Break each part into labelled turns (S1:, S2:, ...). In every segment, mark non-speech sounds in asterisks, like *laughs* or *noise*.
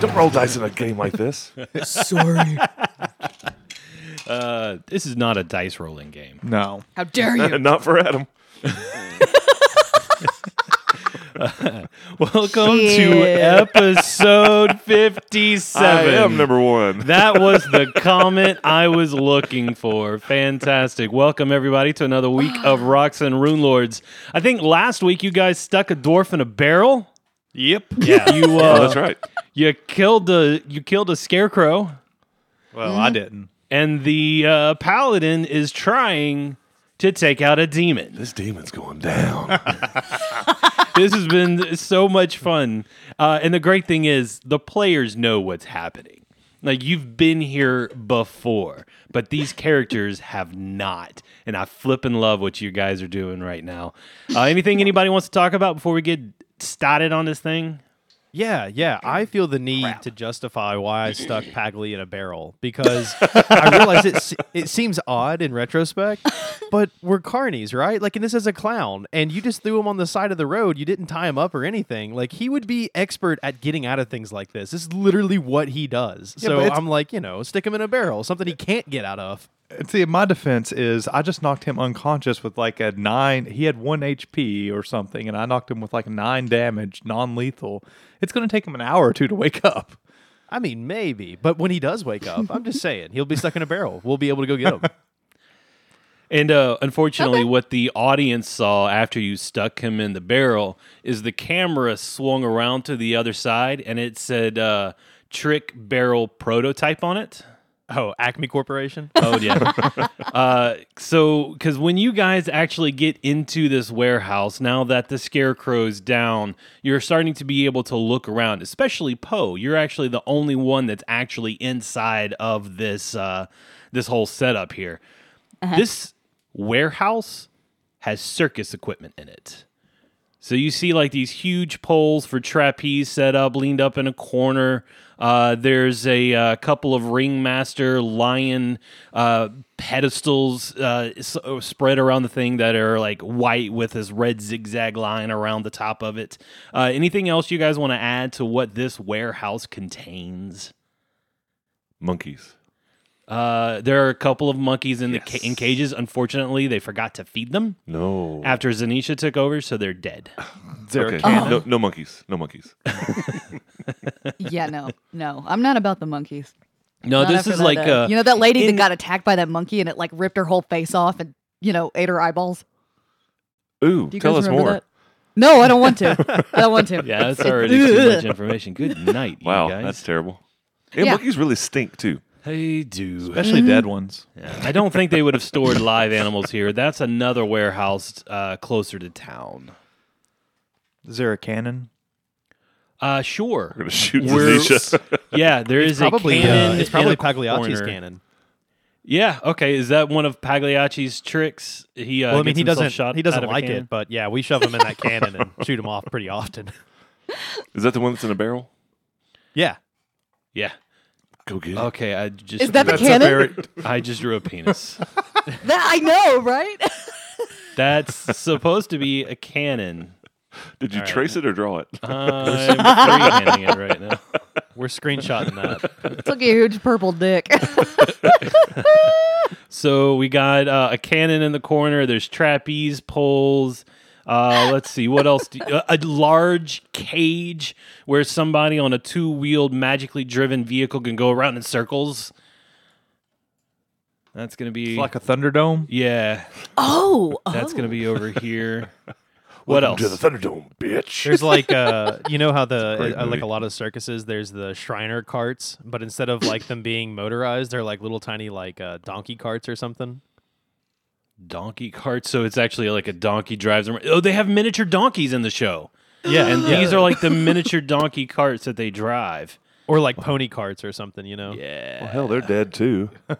S1: Don't roll dice in a game like *laughs* this.
S2: Sorry.
S3: Uh, this is not a dice rolling game.
S2: No.
S4: How dare you?
S1: Not for Adam.
S3: Welcome to
S4: Shit.
S1: *laughs*
S3: episode 57.
S1: I am number one.
S3: that was the comment I was looking for. Fantastic. Welcome, everybody, to another week
S1: *sighs*
S3: of Rocks and Rune Lords. I think last week you guys stuck a dwarf in a barrel.
S2: Yep.
S3: Yeah. You, uh,
S1: oh, that's *laughs* right.
S3: You killed the you killed a scarecrow, Oh,
S2: Well, I didn't.
S3: and the uh, paladin is trying to take out a demon.
S1: This demon's going *laughs* down.
S3: This has been so much fun, uh, and the great thing is the players know what's happening. Like you've been here before, but these characters have not, and I flip and love what you guys are doing right now. Uh, anything anybody wants to talk about before we get started on this thing?
S2: Yeah, yeah. I feel the need to justify why
S5: *laughs*
S2: I stuck Pagli in a barrel because I realize it, se- it seems odd in retrospect, but we're carnies, right? Like, and this is a clown, and you just threw him on the side of the road. You didn't tie him up or anything. Like, he would be expert at getting out of things like this. This is literally what he does. so
S5: but it's-
S2: I'm like, you know, stick him in a barrel, something he can't get out of.
S5: See, my defense is I just knocked him unconscious with like a nine. He had one HP or something, and I knocked him with like nine damage, non lethal. It's going to take him an hour or two to wake up.
S2: I mean, maybe, but when he does wake up, I'm just saying he'll be stuck in a barrel. We'll be able to go get him.
S3: And uh, unfortunately, what the audience saw after you stuck him in the barrel is the camera swung around to the other side and it said uh, Trick Barrel Prototype on it.
S2: *laughs* Oh, Acme Corporation.
S3: Oh, yeah. uh, so, because when you guys actually get into this warehouse, now that the scarecrow's down, you're starting to be able to look around, especially Poe. You're actually the only one that's actually inside of this uh, this whole setup here. This warehouse has circus equipment in it. So you see like these huge poles for trapeze set up, leaned up in a corner. Uh, there's a uh, couple of ringmaster lion uh, pedestals uh, s- uh, spread around the thing that are like white with this red zigzag line around the top of it. Uh, anything else you guys want to add to what this warehouse contains?
S1: Monkeys.
S3: Uh, there are a couple of monkeys in the ca-
S1: Yes.
S3: in cages. Unfortunately, they forgot to feed them
S1: No.
S3: after Zanisha took over, so they're dead.
S2: There
S1: Okay.
S2: a cannon?
S1: No, no monkeys. No monkeys.
S4: yeah, no, no. I'm not about the monkeys.
S3: No,
S4: Not
S3: this
S4: after
S3: is
S4: that,
S3: like
S4: uh,
S3: uh,
S4: you know that lady
S3: in-
S4: that got attacked by that monkey and it like ripped her whole face off and you know ate her eyeballs.
S1: Ooh,
S4: Do you
S1: tell
S4: guys
S1: us
S4: remember
S1: more.
S4: that? No, I don't want to. I don't want to.
S3: *laughs* Yeah,
S2: *laughs*
S3: that's already too much information. Good night,
S1: Wow,
S3: you guys.
S1: that's terrible. And
S4: Yeah.
S1: monkeys really stink too.
S3: They do.
S5: Especially dead ones.
S3: Yeah. I don't think they would have stored live animals here. That's another warehouse uh, closer to town.
S5: Is there a cannon?
S3: Uh,
S1: We're
S3: sure.
S1: gonna shoot
S3: We're-
S1: Zanisha.
S3: Yeah, there is
S2: probably
S3: a cannon.
S2: uh, it's
S3: in
S2: probably
S3: a
S2: Pagliacci's
S3: corner.
S2: cannon.
S3: Yeah. Okay. Is that one of Pagliacci's tricks? He. Uh,
S2: Well, I mean,
S3: gets
S2: he
S3: himself
S2: doesn't
S3: Shot
S2: he doesn't
S3: out of a
S2: like
S3: cannon?
S2: it, but yeah, we shove him in *laughs* that cannon and shoot him off pretty often. *laughs*
S1: Is that the one that's in a barrel?
S2: Yeah,
S3: Yeah.
S1: Go get it.
S3: Okay. I just.
S4: Is that the
S3: drew-
S4: cannon?
S3: *laughs* I just drew a
S2: *laughs*
S3: penis.
S4: That- I know,
S3: *laughs*
S4: right?
S3: That's supposed to be a
S2: *laughs*
S3: cannon.
S1: Did you trace it or draw it?
S3: I'm freehanding it right now.
S2: we're screenshotting *laughs* that.
S4: it's like a huge purple
S3: *laughs*
S4: dick.
S3: So we got uh, a cannon in the corner. There's trapeze poles. Uh, let's see what else. Do a, a large cage where somebody on a two-wheeled, magically driven vehicle can go around in circles. That's gonna be
S5: Like a
S3: *laughs*
S5: Thunderdome?
S3: yeah.
S4: oh,
S3: That's
S4: oh.
S3: gonna be over here. what else?
S1: To the Thunderdome, bitch.
S2: There's like uh, you know how the
S1: great
S2: uh, like
S1: movie.
S2: a lot of circuses, there's the Shriner carts, but instead of like them being motorized, they're like little tiny like uh, donkey carts or something.
S3: donkey cart. So it's actually like a donkey drives. Them. Oh, they have miniature donkeys in the show.
S2: Yeah,
S3: And these are like the miniature donkey carts that they drive.
S2: or like pony carts or something. You know,
S3: Yeah.
S1: Well, hell, they're dead too.
S3: No,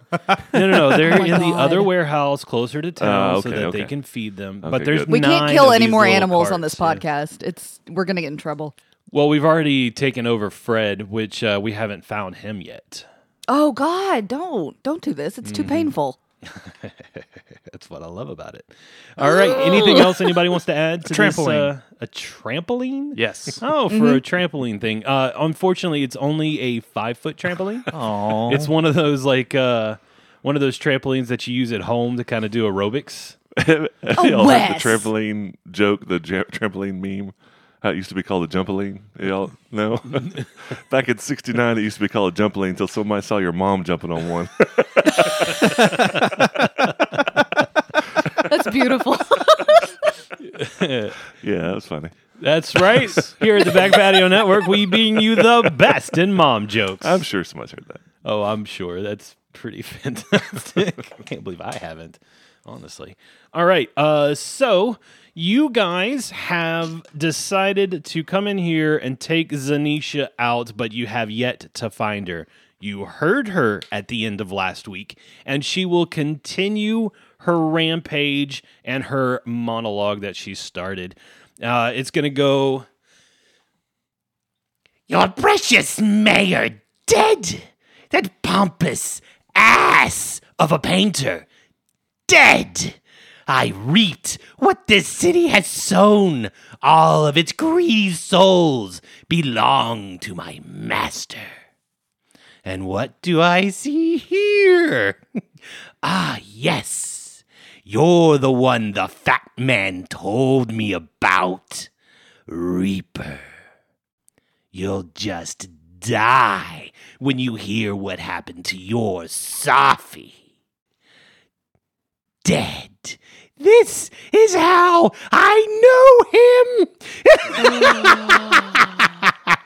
S3: no, no.
S4: *laughs*
S3: They're
S4: Oh my
S3: in the
S4: God.
S3: other warehouse closer to town so
S1: Ah, okay,
S3: that they
S1: okay.
S3: can feed them.
S1: Okay,
S3: but there's
S1: good.
S4: we can't
S3: nine
S4: kill
S3: of
S4: any
S3: these
S4: more
S3: little
S4: animals on this
S3: carts, yeah.
S4: podcast. It's we're gonna get in trouble.
S3: Well, we've already taken over Fred, which uh, we haven't found him yet. Mm-hmm. *laughs*
S4: Oh God, don't don't do this. It's too painful.
S3: That's what I love about it. All
S4: *gasps*
S3: right. Anything else anybody wants to add? To this,
S5: Trampoline.
S3: uh, a trampoline?
S5: Yes.
S3: *laughs* Oh, for
S4: Mm-hmm.
S3: a trampoline thing. Uh, unfortunately, it's only a five foot
S4: *gasps*
S3: trampoline.
S5: Oh,
S3: It's one of those like uh, one of those trampolines that you use at home to kind of do aerobics.
S1: They all have
S4: Oh, Wes.
S1: the trampoline joke, the ja- trampoline meme. How it used to be called a jumpaline. Y'all know? *laughs* Back in '69, it used to be called a jumpaline until somebody saw your mom jumping on one. *laughs*
S4: That's
S3: *laughs*
S4: beautiful.
S1: yeah, that was funny.
S3: That's right. Here at the Back Patio Network, we bring you the best in mom jokes.
S1: I'm sure somebody's heard that.
S3: Oh, I'm sure. That's pretty *laughs* fantastic. I can't believe I haven't, honestly. All right. Uh, so you guys have decided to come in here and take Zanisha out, but you have yet to find her. You heard her at the end of last week, and she will continue her rampage and her monologue that she started. Uh, it's going to go. Your precious mayor dead. That pompous ass of a painter dead. I reaped what this city has sown. All of its greedy souls belong to my master. And what do I see here? *laughs* ah, yes. You're the one the fat man told me about. Reaper. You'll just die when you hear what happened to your Safi. Dead. This is how I know him. *laughs*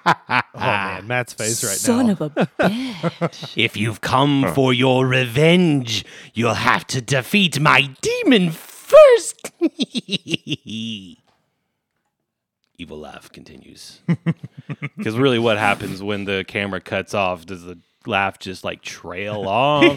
S2: Oh man, Matt's face right
S4: Son
S2: now.
S4: of a bitch.
S3: If you've come for your revenge, you'll have to defeat my demon first. *laughs* Evil laugh continues. Because really, what happens when the camera cuts off? Does the laugh just like trail off?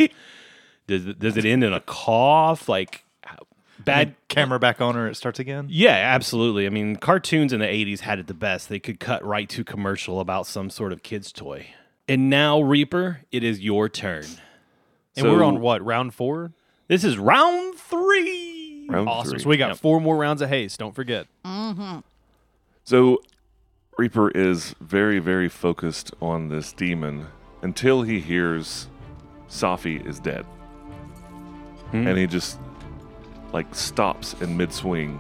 S3: does it, does it end in a cough? Like how- bad
S5: camera back on her. It starts again.
S3: yeah, absolutely. I mean, cartoons in the 80s had it the best. They could cut right to commercial about some sort of kid's toy. And now, Reaper, it is your turn.
S2: and we're on
S1: So-
S2: what round four?
S3: This is round three.
S1: Round
S2: Awesome.
S1: three.
S2: So we got four more rounds of haste. Don't forget.
S1: So Reaper is very, very focused on this demon until he hears Safi is dead. And he just like stops in mid swing.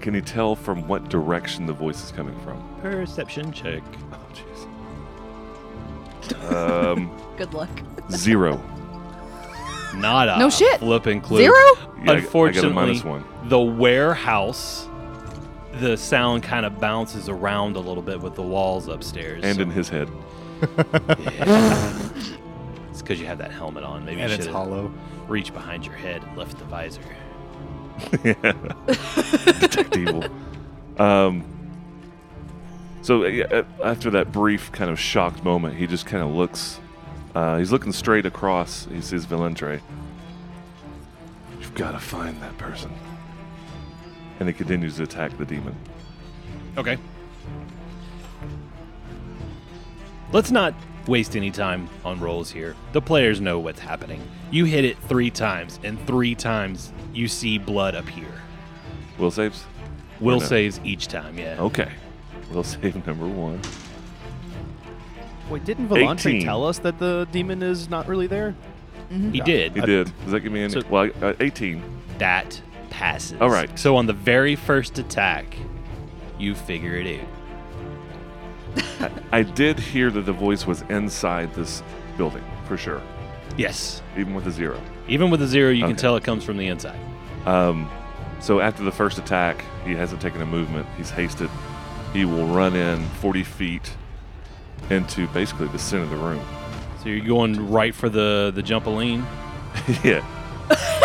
S1: Can you tell from what direction the voice is coming from?
S3: Perception check.
S1: Oh jeez.
S4: Good luck.
S1: Um, Zero.
S3: Not a
S4: No shit.
S3: flipping clue.
S4: Zero?
S1: Yeah, I- I got a
S3: Unfortunately,
S1: minus one.
S3: the warehouse, the sound kind of bounces around a little bit with the walls upstairs.
S1: And in his head.
S3: it's because you have that helmet on. Maybe
S5: And
S3: you
S5: it's
S3: should've
S5: hollow.
S3: reached behind your head and left the visor.
S1: Detect evil. Um so uh, yeah, uh, after that brief kind of shocked moment, he just kind of looks. Uh, he's looking straight across. He sees Valentre. You've got to find that person. And he continues to attack the demon.
S3: Okay. Let's not waste any time on rolls here. The players know what's happening. You hit it three times, and three times you see blood appear.
S1: Will saves.
S3: Will
S1: Why not? Oh,
S3: saves each time, yeah.
S1: Okay. Will save number one.
S2: Wait, didn't Volantre
S1: 18.
S2: tell us that the demon is not really there?
S3: He did.
S1: He
S3: Uh,
S1: did. Does that give me an
S2: so-
S1: well? I- Uh, Eighteen.
S3: That passes.
S1: All right.
S3: So on the very first attack, you figure it out.
S1: I did hear that the voice was inside this building for sure,
S3: Yes.
S1: even with a zero.
S3: Even with a zero, you can
S1: Okay.
S3: tell it comes from the inside.
S1: Um, so after the first attack, he hasn't taken a movement. He's hasted. He will run in 40 feet into basically the center of the room. *laughs*
S3: So you're going right for the the jumpaline.
S1: yeah.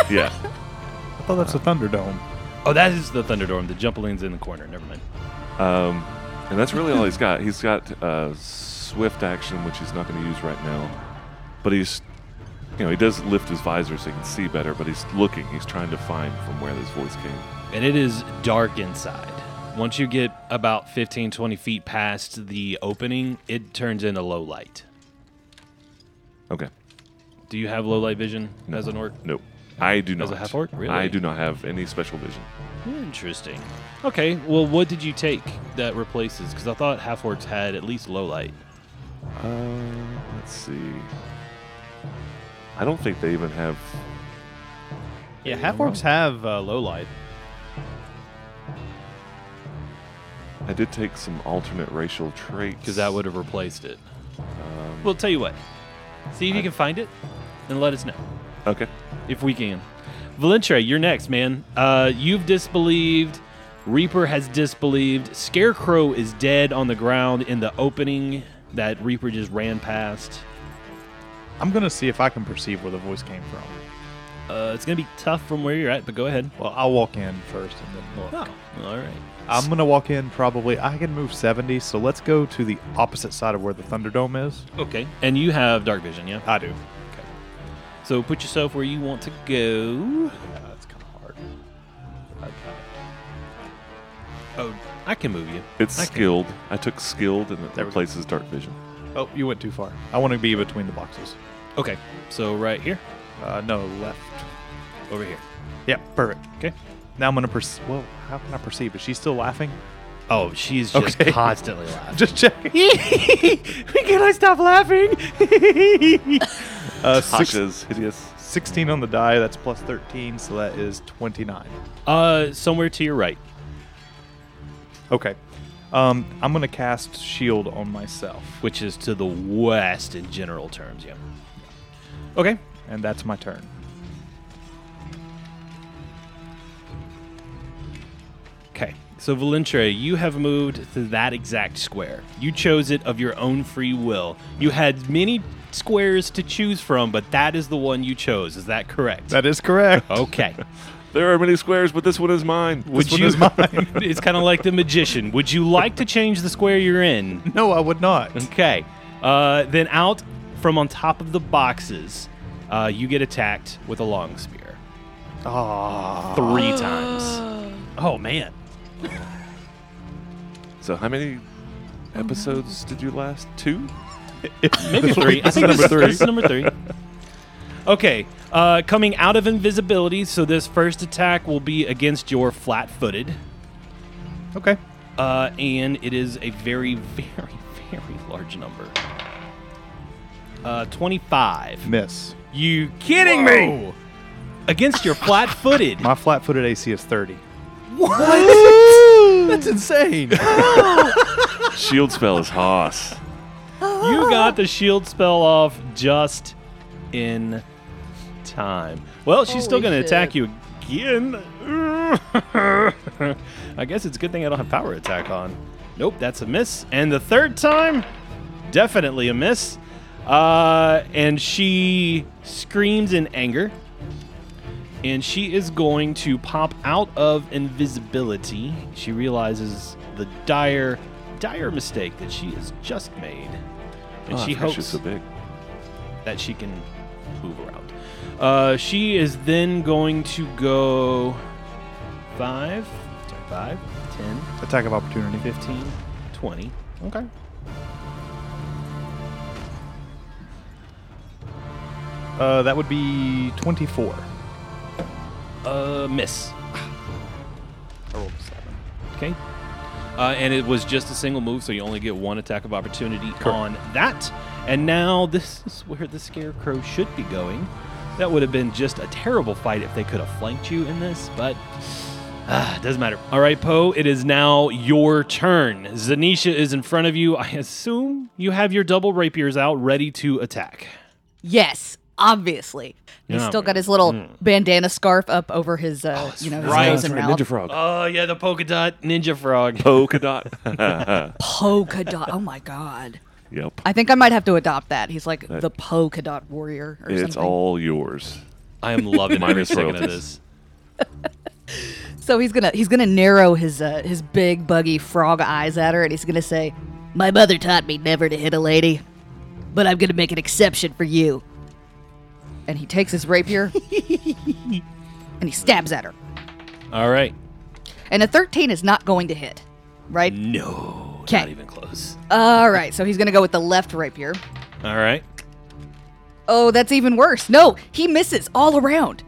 S1: Yeah.
S5: I thought that's a Thunderdome.
S3: Oh, that is the Thunderdome. The jumpaline's in the corner. Never mind.
S1: Um, and that's really all he's got. He's got uh, swift action, which he's not going to use right now. But he's, you know, he does lift his visor so he can see better, but he's looking. He's trying to find from where this voice came.
S3: and it is dark inside. Once you get about 15, 20 feet past the opening, it turns into low light.
S1: Okay.
S3: Do you have low light vision as an orc?
S1: Nope. I do not.
S3: As a half-orc?
S1: I
S3: Really?
S1: do not have any special vision.
S3: Interesting. Okay, well, what did you take that replaces? Because I thought half orcs had at least low light.
S1: Um, let's see. I don't think they even have.
S2: Yeah, half orcs have uh, low light.
S1: I did take some alternate racial traits.
S3: because that would have replaced it. we'll tell you what. See if you can find it, and let us know
S1: Okay.
S3: if we can. Valentre, you're next, man. Uh, you've disbelieved. Reaper has disbelieved. Scarecrow is dead on the ground in the opening that Reaper just ran past.
S5: I'm gonna see if I can perceive where the voice came from.
S3: Uh, it's gonna be tough from where you're at, but go ahead.
S5: Well, I'll walk in first and then look.
S3: All right.
S5: I'm gonna walk in probably. I can move 70, so let's go to the opposite side of where the Thunderdome is.
S3: Okay. And you have dark vision, yeah.
S5: I do.
S3: So put yourself where you want to go.
S5: Yeah, that's kind of hard.
S3: Oh, I can move you.
S1: It's
S3: I can-
S1: skilled. I took skilled and it
S5: There we go.
S1: replaces dark vision.
S5: Oh, you went too far. I want to be between the boxes.
S3: Okay. So right here,
S5: Uh, no, left.
S3: over here.
S5: Yeah, perfect.
S3: Okay.
S5: Now I'm gonna perceive. Well, how can I perceive? Is she still *laughs* laughing?
S3: Oh, she's just
S5: Okay.
S3: constantly *laughs* laughing.
S5: Just checking. *laughs*
S3: Can I stop laughing?
S5: Uh, six,
S1: Tasha's hideous.
S5: 16 on the die. That's plus 13, so that is 29.
S3: uh, somewhere to your right.
S5: Okay. Um, I'm gonna cast shield on myself,
S3: which is to the west in general terms. Yeah. Okay.
S5: and that's my turn.
S3: Okay. So Valentre, you have moved to that exact square. You chose it of your own free will. You had many squares to choose from, but that is the one you chose. Is that correct?
S5: That is correct. *laughs*
S3: okay.
S1: There are many squares, but this one is mine.
S3: Would you?
S5: is mine.
S3: *laughs* it's kind of like the magician. Would you like to change the square you're in?
S5: No, I would not.
S3: Okay. Uh, then out from on top of the boxes, uh, you get attacked with a long spear.
S5: Ah.
S3: Three times. *gasps* Oh, man.
S1: So how many episodes did you last? Two.
S3: Maybe three. I think this, number three. this is number three. Okay. Uh, coming out of invisibility, so this first attack will be against your flat footed.
S5: Okay.
S3: Uh, and it is a very, *laughs* very, very large number. Uh, 25.
S5: Miss.
S3: You kidding me? Against your flat footed.
S5: My flat footed AC is 30.
S2: That's insane.
S1: Shield spell is Haas.
S4: *laughs*
S3: You got the shield spell off just in time. Well, she's still
S4: Holy
S3: going
S4: shit.
S3: to attack you again. *laughs* I guess it's a good thing I don't have power attack on. Nope, that's a miss. And the third time, definitely a miss. Uh, and she screams in anger. And she is going to pop out of invisibility. She realizes the dire, dire mistake that she has just made. And
S1: Oh, I
S3: she
S1: forgot
S3: hopes
S1: she's so big.
S3: that she can move around. Uh, she is then going to go 5, 5, 10,
S5: Attack of opportunity.
S3: 15, 20. Okay.
S5: Uh, that would be 24.
S3: Uh, miss.
S5: I rolled a 7.
S3: Okay. Uh, and it was just a single move, so you only get one attack of opportunity on that. And now *laughs* this is where the scarecrow should be going. That would have been just a terrible fight if they could have flanked you in this, but *sighs* ah, doesn't matter. All right, Poe, it is now your turn. Zanisha is in front of you. I assume you have your double rapiers out, ready to attack.
S4: Yes, obviously. He's
S3: Yeah.
S4: still got his little
S1: Mm.
S4: bandana scarf up over his,
S1: Oh,
S4: uh, you know, his nose and mouth.
S1: Ninja frog.
S3: Oh yeah, the polka dot ninja frog.
S1: Polka dot.
S4: Polka dot. Oh my god.
S1: yep.
S4: I think I might have to adopt that. He's like the polka dot warrior or
S1: It's
S4: something.
S1: all yours.
S3: I
S1: *laughs*
S3: am loving every
S1: Minus
S3: second of
S1: royalties.
S3: this.
S4: so he's gonna he's gonna narrow his uh, his big buggy frog eyes at her, and he's gonna say, "My mother taught me never to hit a lady, but I'm gonna make an exception for you." And he takes his
S1: *laughs*
S4: rapier and he stabs at her.
S3: All right.
S4: And a 13 is not going to hit, right?
S3: No,
S4: Okay.
S3: not even close.
S4: All right, so he's going to go with the left rapier.
S3: All right.
S4: Oh, that's even worse. No, he misses all around.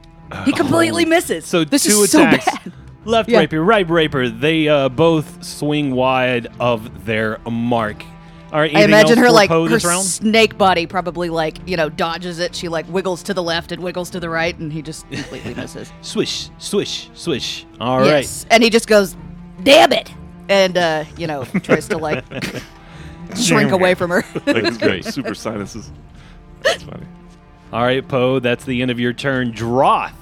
S4: He completely misses.
S3: Uh, So
S4: this
S3: two
S4: is
S3: attacks.
S4: so bad.
S3: Left
S4: Yeah.
S3: rapier, right rapier. They uh, both swing wide of their mark. All right.
S4: I
S3: anything
S4: imagine
S3: else
S4: her
S3: for
S4: like
S3: Poe
S4: her
S3: this round?
S4: snake body probably like you know dodges it. She like wiggles to the left and wiggles to the right, and he just
S3: *laughs*
S4: completely misses.
S3: Swish, swish, swish. All right.
S4: yes, and he just goes, "Damn it!" and uh, you know tries to
S3: *laughs*
S4: like shrink away from her. *laughs*
S1: *laughs* Like he's got
S3: great.
S1: super sinuses. That's funny.
S3: All right, Poe, that's the end of your turn. Droth,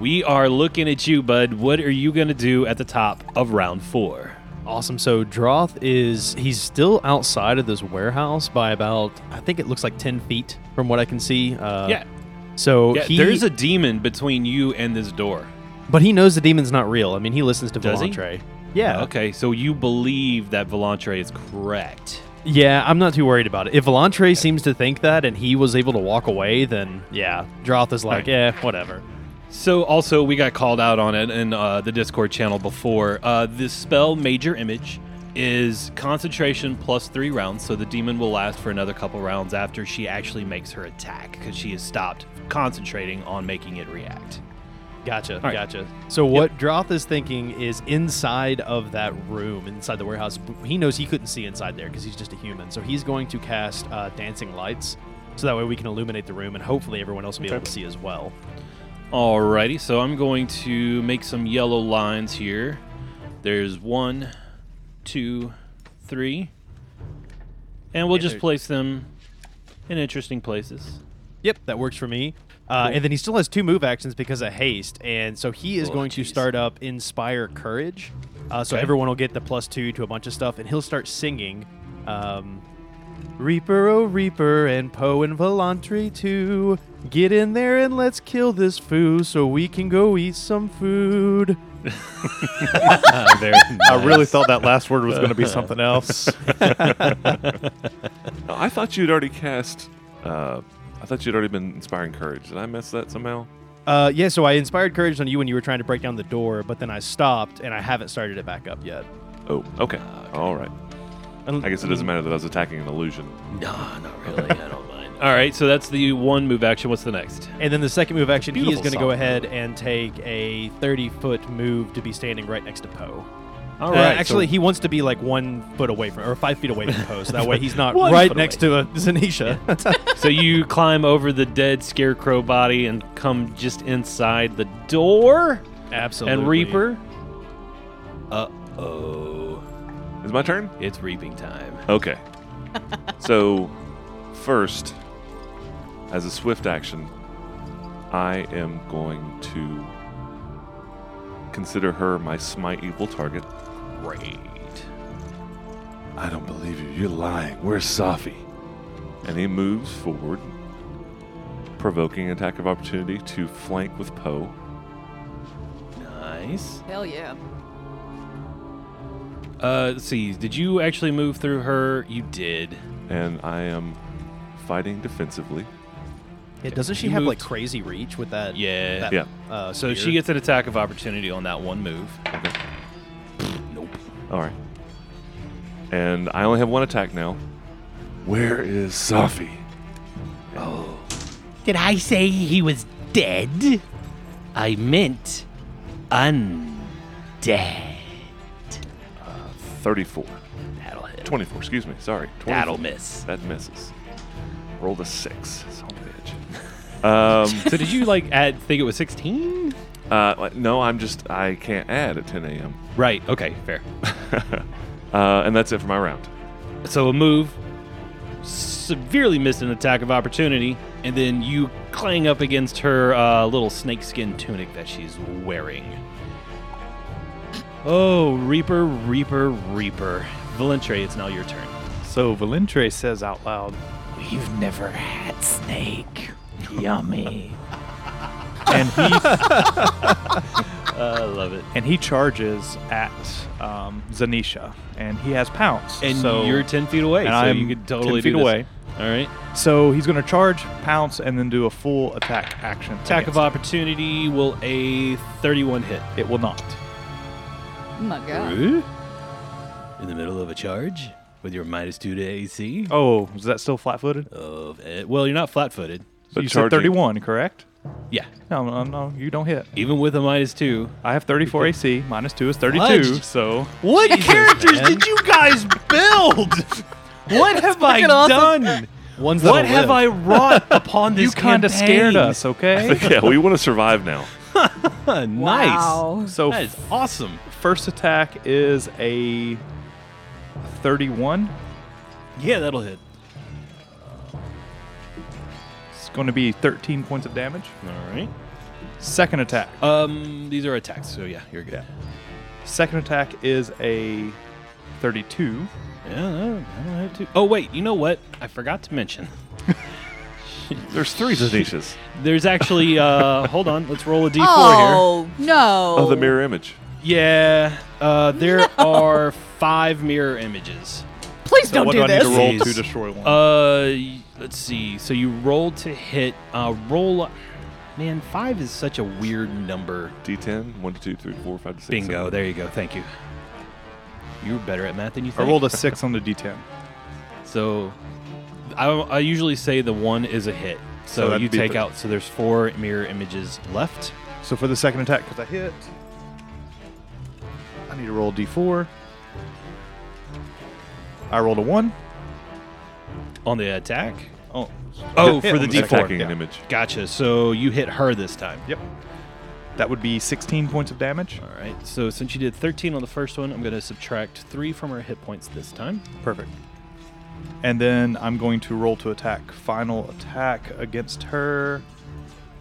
S3: we are looking at you, bud. What are you going to do at the top of round four?
S2: Awesome. So Droth is he's still outside of this warehouse by about I think it looks like ten feet from what I can see. Uh,
S3: yeah.
S2: So
S3: yeah
S2: he,
S3: there's a demon between you and this door.
S2: but he knows the demon's not real. I mean, he listens to
S3: Does he?
S2: Volantre. Yeah.
S3: Okay, so you believe that Volantre is correct.
S2: Yeah, I'm not too worried about it. If Volantre seems to think that and he was able to walk away, then yeah, Droth is like,
S3: Right.
S2: yeah, whatever.
S3: So, also, we got called out on it in uh, the Discord channel before. Uh, this spell, Major Image, is concentration plus three rounds, so the demon will last for another couple rounds after she actually makes her attack because she has stopped concentrating on making it react.
S2: Gotcha,
S3: right.
S2: gotcha. So what Droth is thinking is inside of that room, inside the warehouse. He knows he couldn't see inside there because he's just a human. So he's going to cast uh, dancing lights, so that way we can illuminate the room, and hopefully everyone else will be able to see as well.
S3: Alrighty, so I'm going to make some yellow lines here. There's one, two, three. And we'll just
S2: there-
S3: place them in interesting places.
S2: Yep, that works for me. Uh, and then he still has two move actions because of haste, and so he is
S3: Oh,
S2: going
S3: jeez.
S2: to start up Inspire Courage. Uh, so
S3: Okay.
S2: everyone will get the plus two to a bunch of stuff, and he'll start singing. Um, Reaper, oh Reaper, and Poe and Volantre too. Get in there and let's kill this foo so we can go eat some food.
S3: *laughs*
S5: I really thought that last word was going to
S2: *laughs*
S5: be something else.
S1: No, I thought you'd already cast. Uh, I thought you'd already been inspiring courage. Did I miss that somehow?
S2: Uh, yeah, so I inspired courage on you when you were trying to break down the door, but then I stopped and I haven't started it back up yet.
S1: Oh, okay. All right.
S2: Un-
S1: I guess it doesn't matter that I was attacking an illusion.
S3: No, not really. I don't mind. Alright, so that's the one move action. What's the next?
S2: And then the second move action, he is
S3: Beautiful
S2: going to
S3: song.
S2: go ahead and take a 30 foot move to be standing right next to Poe.
S3: All
S2: Uh,
S3: right.
S2: actually,
S3: so-
S2: he wants to be like one foot away from, or five feet away from Poe, so that way he's
S3: *laughs*
S2: not
S3: One
S2: right
S3: foot
S2: next to uh, Zanisha.
S3: *laughs*
S2: *laughs*
S3: so you climb over the dead scarecrow body and come just inside the door.
S2: Absolutely.
S3: And Reaper. Uh oh.
S1: Is it my turn?
S3: It's reaping time.
S1: *laughs* Okay. so, first, as a swift action, I am going to consider her my smite evil target.
S3: Great.
S1: I don't believe you. You're lying. Where's Safi? And he moves forward, provoking attack of opportunity to flank with Poe.
S3: Nice.
S4: Hell yeah!
S3: Uh, let's see. Did you actually move through her? You did.
S1: And I am fighting defensively.
S2: Yeah, doesn't she
S3: He
S2: have like
S3: moved.
S2: crazy reach with that?
S3: Yeah.
S2: that,
S1: Yeah.
S2: Uh,
S3: So she
S2: gets.
S3: gets an attack of opportunity on that one move. Nope.
S1: All right. And I only have one attack now. Where is Safi?
S6: Did I say he was dead? I meant undead.
S1: 34.
S6: That'll hit.
S1: 24, excuse me. Sorry. 24.
S6: That'll miss.
S1: That misses. Rolled a six. Son *laughs* of a bitch.
S3: so did you like add? Think it was sixteen?
S1: Um, uh, like, no, I'm just, I can't add at 10 a.m.
S3: Right. Okay. Fair.
S1: Uh, and that's it for my round.
S3: So a move severely missed an attack of opportunity, and then you clang up against her uh, little snakeskin tunic that she's wearing. Oh, Reaper, Reaper, Reaper. Valentre, it's now your turn.
S5: So Valentre says out loud,
S6: We've never had snake. Yummy.
S5: and he
S3: I love it.
S5: and he charges at um, Zanisha, and he has pounce.
S3: And
S5: so,
S3: you're 10 feet away,
S5: and
S3: so
S5: I'm
S3: you could
S5: 10
S3: totally
S5: feet
S3: do this.
S5: away.
S3: All right.
S5: so he's going to charge, pounce, and then do a full attack action.
S3: Attack of
S5: against
S3: opportunity will a 31 hit.
S5: her. It will not.
S4: Oh my god!
S3: In the middle of a charge with your minus two to AC.
S5: Oh, is that still flat-footed?
S3: Uh, Of it. Well, you're not flat footed,
S1: But
S5: you said
S1: charging-
S5: 31, correct?
S3: Yeah.
S5: No, no, no, you don't hit.
S3: Even with a minus two.
S5: I have 34 AC, minus 2 is 32,
S3: Fudged.
S5: so
S3: What characters did you guys build? *laughs* What have I
S2: freaking awesome.
S3: done?
S2: Ones
S3: What
S2: that'll
S3: have
S2: live.
S3: I wrought *laughs* upon this
S5: you kind of scared us, okay?
S1: *laughs* yeah, we want to survive now.
S3: *laughs* nice.
S4: Wow.
S5: so
S3: That is awesome.
S5: first attack is a 31.
S3: Yeah, that'll hit.
S5: It's going to be 13 points of damage.
S3: All right.
S5: Second attack.
S3: Um, these are attacks, so yeah, you're good.
S5: Second attack is a 32.
S3: Yeah, that'll, that'll hit too. Oh wait, you know what? I forgot to mention.
S1: There's three Zanishes.
S3: There's actually.
S5: *laughs*
S3: Uh, hold on, let's roll a d4
S4: Oh no!
S1: Oh, the mirror image.
S3: here. Yeah, uh, there are five mirror images.
S4: Please
S5: So
S4: don't
S5: what
S4: do
S5: do I
S4: this.
S5: need to roll to
S3: Jeez.
S5: destroy one?
S3: Uh, y- let's see. So you roll to hit. Uh, roll. Man, five is such a weird number.
S1: D10, 1, 2, 3, 4, 5, 6.
S3: Bingo.
S1: seven.
S3: There you go. Thank you. You were better at math than you
S5: I
S3: think.
S5: rolled a 6 on the d10.
S3: So, I, I usually say the one is a hit. So,
S5: So that'd
S3: you
S5: be
S3: take
S5: three.
S3: out. So there's four mirror images left.
S5: So for the second attack, because I hit, I need to roll a d4. I rolled a 1.
S3: on the attack.
S5: Oh,
S3: Oh,
S5: hit
S3: for
S5: on
S3: the
S5: second
S1: Attacking
S5: one, yeah.
S1: an image.
S3: Gotcha. So you hit her this time.
S5: Yep. That would be 16 points of damage.
S3: All right. So since you did 13 on the first one, I'm going to subtract three from her hit points this time.
S5: Perfect. And then I'm going to roll to attack. Final attack against her.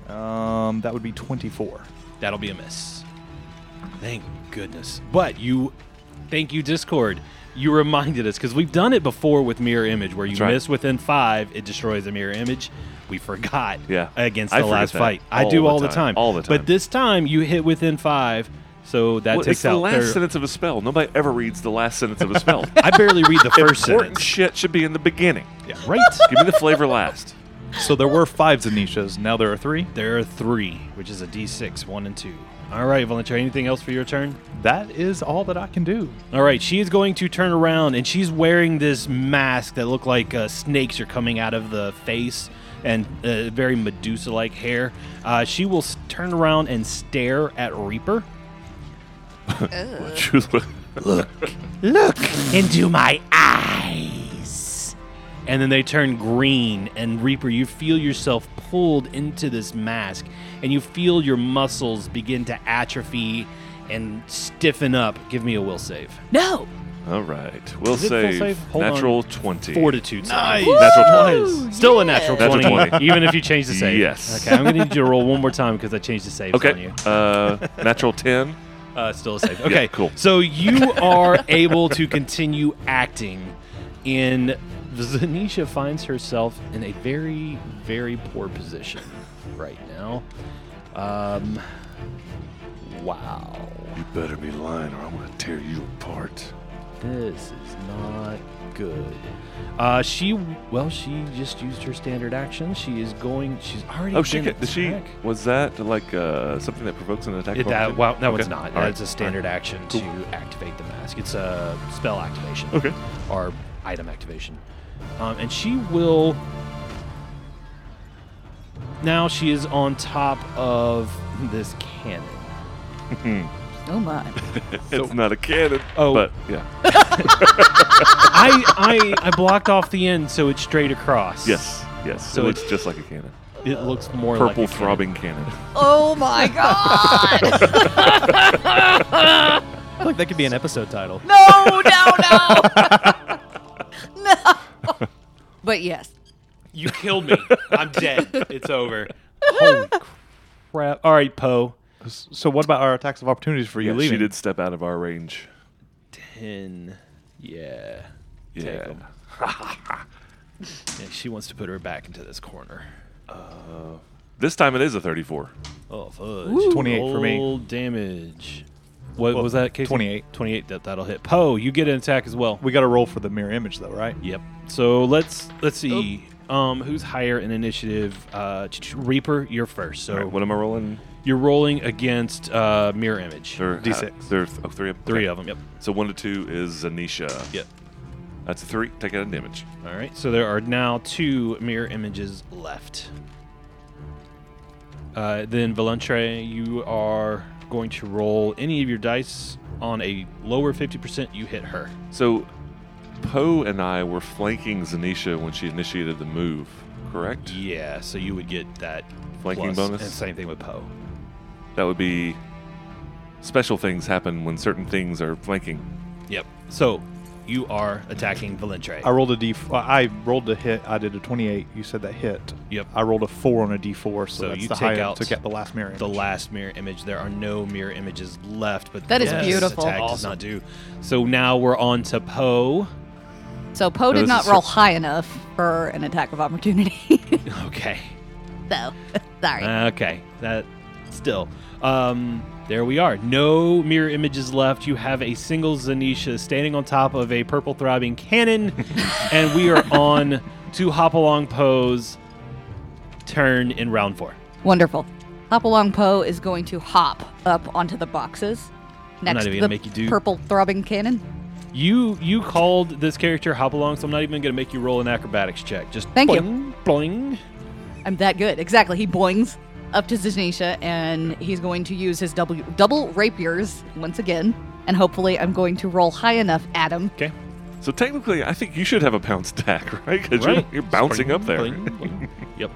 S5: Um, that would be 24.
S3: That'll be a miss. Thank goodness. But you, thank you, Discord. You reminded us because we've done it before with mirror image, where you
S1: right.
S3: miss within five, it destroys a mirror image. We forgot.
S1: Yeah.
S3: Against
S1: I
S3: the
S1: forget
S3: last
S1: that
S3: fight, I
S1: all
S3: do
S1: the
S3: all the
S1: time.
S3: time.
S1: All the time.
S3: But this time you hit within five, so that
S1: Well,
S3: takes
S1: it's the
S3: out
S1: last
S3: their-
S1: sentence of a spell. Nobody ever reads the last sentence of a
S3: *laughs*
S1: spell.
S3: I barely read the
S1: *laughs*
S3: first
S1: Important
S3: sentence.
S1: shit should be in the beginning.
S3: Right.
S1: Give me the flavor last. *laughs*
S5: So there were five Zanishas. Now there are three.
S3: There are three, which is a D6, one and two. All right, Volunteer, anything else for your turn?
S5: That is all that I can do.
S3: All right, she is going to turn around and she's wearing this mask that look like uh, snakes are coming out of the face and uh, very Medusa like hair. Uh, she will s- turn around and stare at Reaper.
S1: Choose what-
S6: Look into my eyes.
S3: and then they turn green and reaper you feel yourself pulled into this mask and you feel your muscles begin to atrophy and stiffen up give me a will save
S4: no.
S1: All right. We'll
S3: Is it full
S1: save,
S3: save? Hold on.
S1: natural 20.
S3: fortitude save.
S1: Natural 20.
S3: still a natural
S1: Natural
S3: 20,
S1: 20.
S3: even if you change the save
S1: Yes.
S3: okay i'm gonna need you to roll one more time because i changed the saves on
S1: Okay.
S3: you *laughs*
S1: Uh, natural 10.
S3: Uh, still a
S1: *laughs*
S3: save. Okay,
S1: cool.
S3: So you are able to continue acting. In Zanisha finds herself in a very, very poor position right now. Um, wow,
S1: You better be lying or I'm going to tear you apart.
S3: this is not good. Uh, she, well, she just used her standard action. She is going. She's already.
S1: Oh, she,
S3: been
S1: ca- did she
S3: attacked.
S1: was that like uh, something that provokes an attack?
S3: It,
S1: of
S3: that, wow, that
S1: Okay.
S3: one's not.
S1: All right.
S3: That's a standard action to activate the mask. It's a spell activation.
S1: Okay.
S3: Or item activation. Um, and she will. Now she is on top of this cannon.
S4: Oh my.
S1: It's not a cannon.
S3: Oh.
S1: but
S3: *laughs*
S1: yeah,
S3: I, I I blocked off the end so it's straight across.
S1: yes, yes.
S3: So
S1: it looks
S3: it's-
S1: just like a cannon.
S3: It looks more
S1: Purple
S3: like a cannon.
S1: throbbing cannon.
S4: Oh
S3: *laughs*
S4: my god!
S2: I feel like that could be an episode title.
S4: No! No! *laughs* No! no! But yes.
S3: You *laughs* killed me. I'm dead. It's
S2: *laughs*
S3: over. Holy crap. All right, Poe.
S5: So what about our attacks of opportunities for you
S1: Yeah,
S5: leaving?
S1: she did step out of our range.
S3: 10. Yeah. Take
S1: Yeah.
S3: 'em. Yeah, she wants to put her back into this corner.
S1: This time it is a 34.
S3: Oh, fudge.
S5: 28 for me.
S3: Roll damage. What
S5: Well,
S3: was that, Casey?
S5: 28.
S3: 28, that, that'll hit. Poe, you get an attack as well.
S5: We got to roll for the mirror image though, right?
S3: Yep. So let's let's see. Um, who's higher in initiative? Uh, ch- ch- Reaper, you're first. So
S1: All right, what am I rolling?
S3: you're rolling against uh, mirror image.
S1: There,
S5: D6.
S1: There, oh, three of them.
S3: Three of them. Yep.
S1: So one to two is Zanisha.
S3: Yep.
S1: That's a three. Take out a damage.
S3: All right. So there are now two mirror images left. Uh, then Valentre, you are going to roll any of your dice on a lower 50%. You hit her.
S1: So Poe and I were flanking Zanisha when she initiated the move, correct?
S3: Yeah, so you would get that
S1: Flanking
S3: plus,
S1: bonus?
S3: And same thing with Poe.
S1: That would be special things happen when certain things are flanking.
S3: Yep. So you are attacking Valentre.
S5: I rolled a D. f- I rolled a hit. I did a 28. You said that hit.
S3: Yep.
S5: I rolled a four on a D4, so,
S3: So
S5: that's
S3: you
S5: the
S3: take
S5: high
S3: out
S5: took out the last mirror.
S3: the
S5: image.
S3: last mirror image. There are no mirror images left, but
S4: That is
S3: this
S4: beautiful.
S3: Attack does not do. So now we're on to Poe.
S4: So Poe
S1: this
S4: did not
S1: is
S4: roll
S1: cer-
S4: high enough for an attack of opportunity. *laughs*
S3: Okay.
S4: so, sorry.
S3: Okay. That still. Um there we are. No mirror images left. You have a single Zanisha standing on top of a purple
S4: *laughs*
S3: throbbing cannon, and we are on to Hopalong Poe's turn in round four.
S4: Wonderful. Hopalong Poe is going to hop up onto the boxes
S3: not
S4: next
S3: even
S4: to
S3: gonna
S4: the
S3: make you do-
S4: purple throbbing cannon.
S3: You you called this character Hopalong, so I'm not even gonna make you roll an acrobatics check. Just
S4: Thank you.
S3: boing, boing.
S4: I'm that good. Exactly. He boings up to Zanisha and he's going to use his double, double rapiers once again. And hopefully, I'm going to roll high enough at him.
S3: Okay.
S1: So technically, I think you should have a bounce attack, *laughs* right? Because
S3: *laughs* Right.
S1: you're, you're bouncing up there.
S3: Bling,
S1: *laughs*
S3: bling. yep.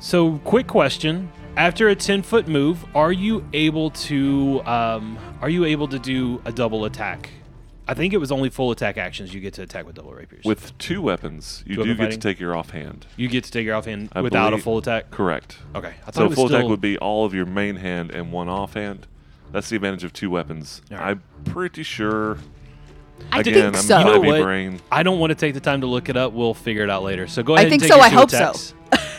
S3: So, quick question: After a ten foot move, are you able to um, are you able to do a double attack? I think it was only full attack actions you get to attack with double rapiers.
S1: With two weapons, you
S3: Two
S1: do
S3: weapon
S1: get
S3: fighting?
S1: to take your offhand.
S3: you get to take your offhand
S1: I
S3: without
S1: believe-
S3: a full attack.
S1: Correct.
S3: Okay, I thought
S1: So
S3: it was
S1: full
S3: still,
S1: attack would be all of your main hand and one offhand. That's the advantage of two weapons.
S3: All right.
S1: I'm pretty sure.
S4: I
S1: Again,
S4: think
S1: I'm
S4: so.
S1: You know
S3: You know
S1: Ivy
S3: what?
S1: brain.
S3: I don't want to take the time to look it up. We'll figure it out later. So go ahead.
S4: think
S3: and
S4: so, I
S3: take your two
S4: hope so.
S3: attacks.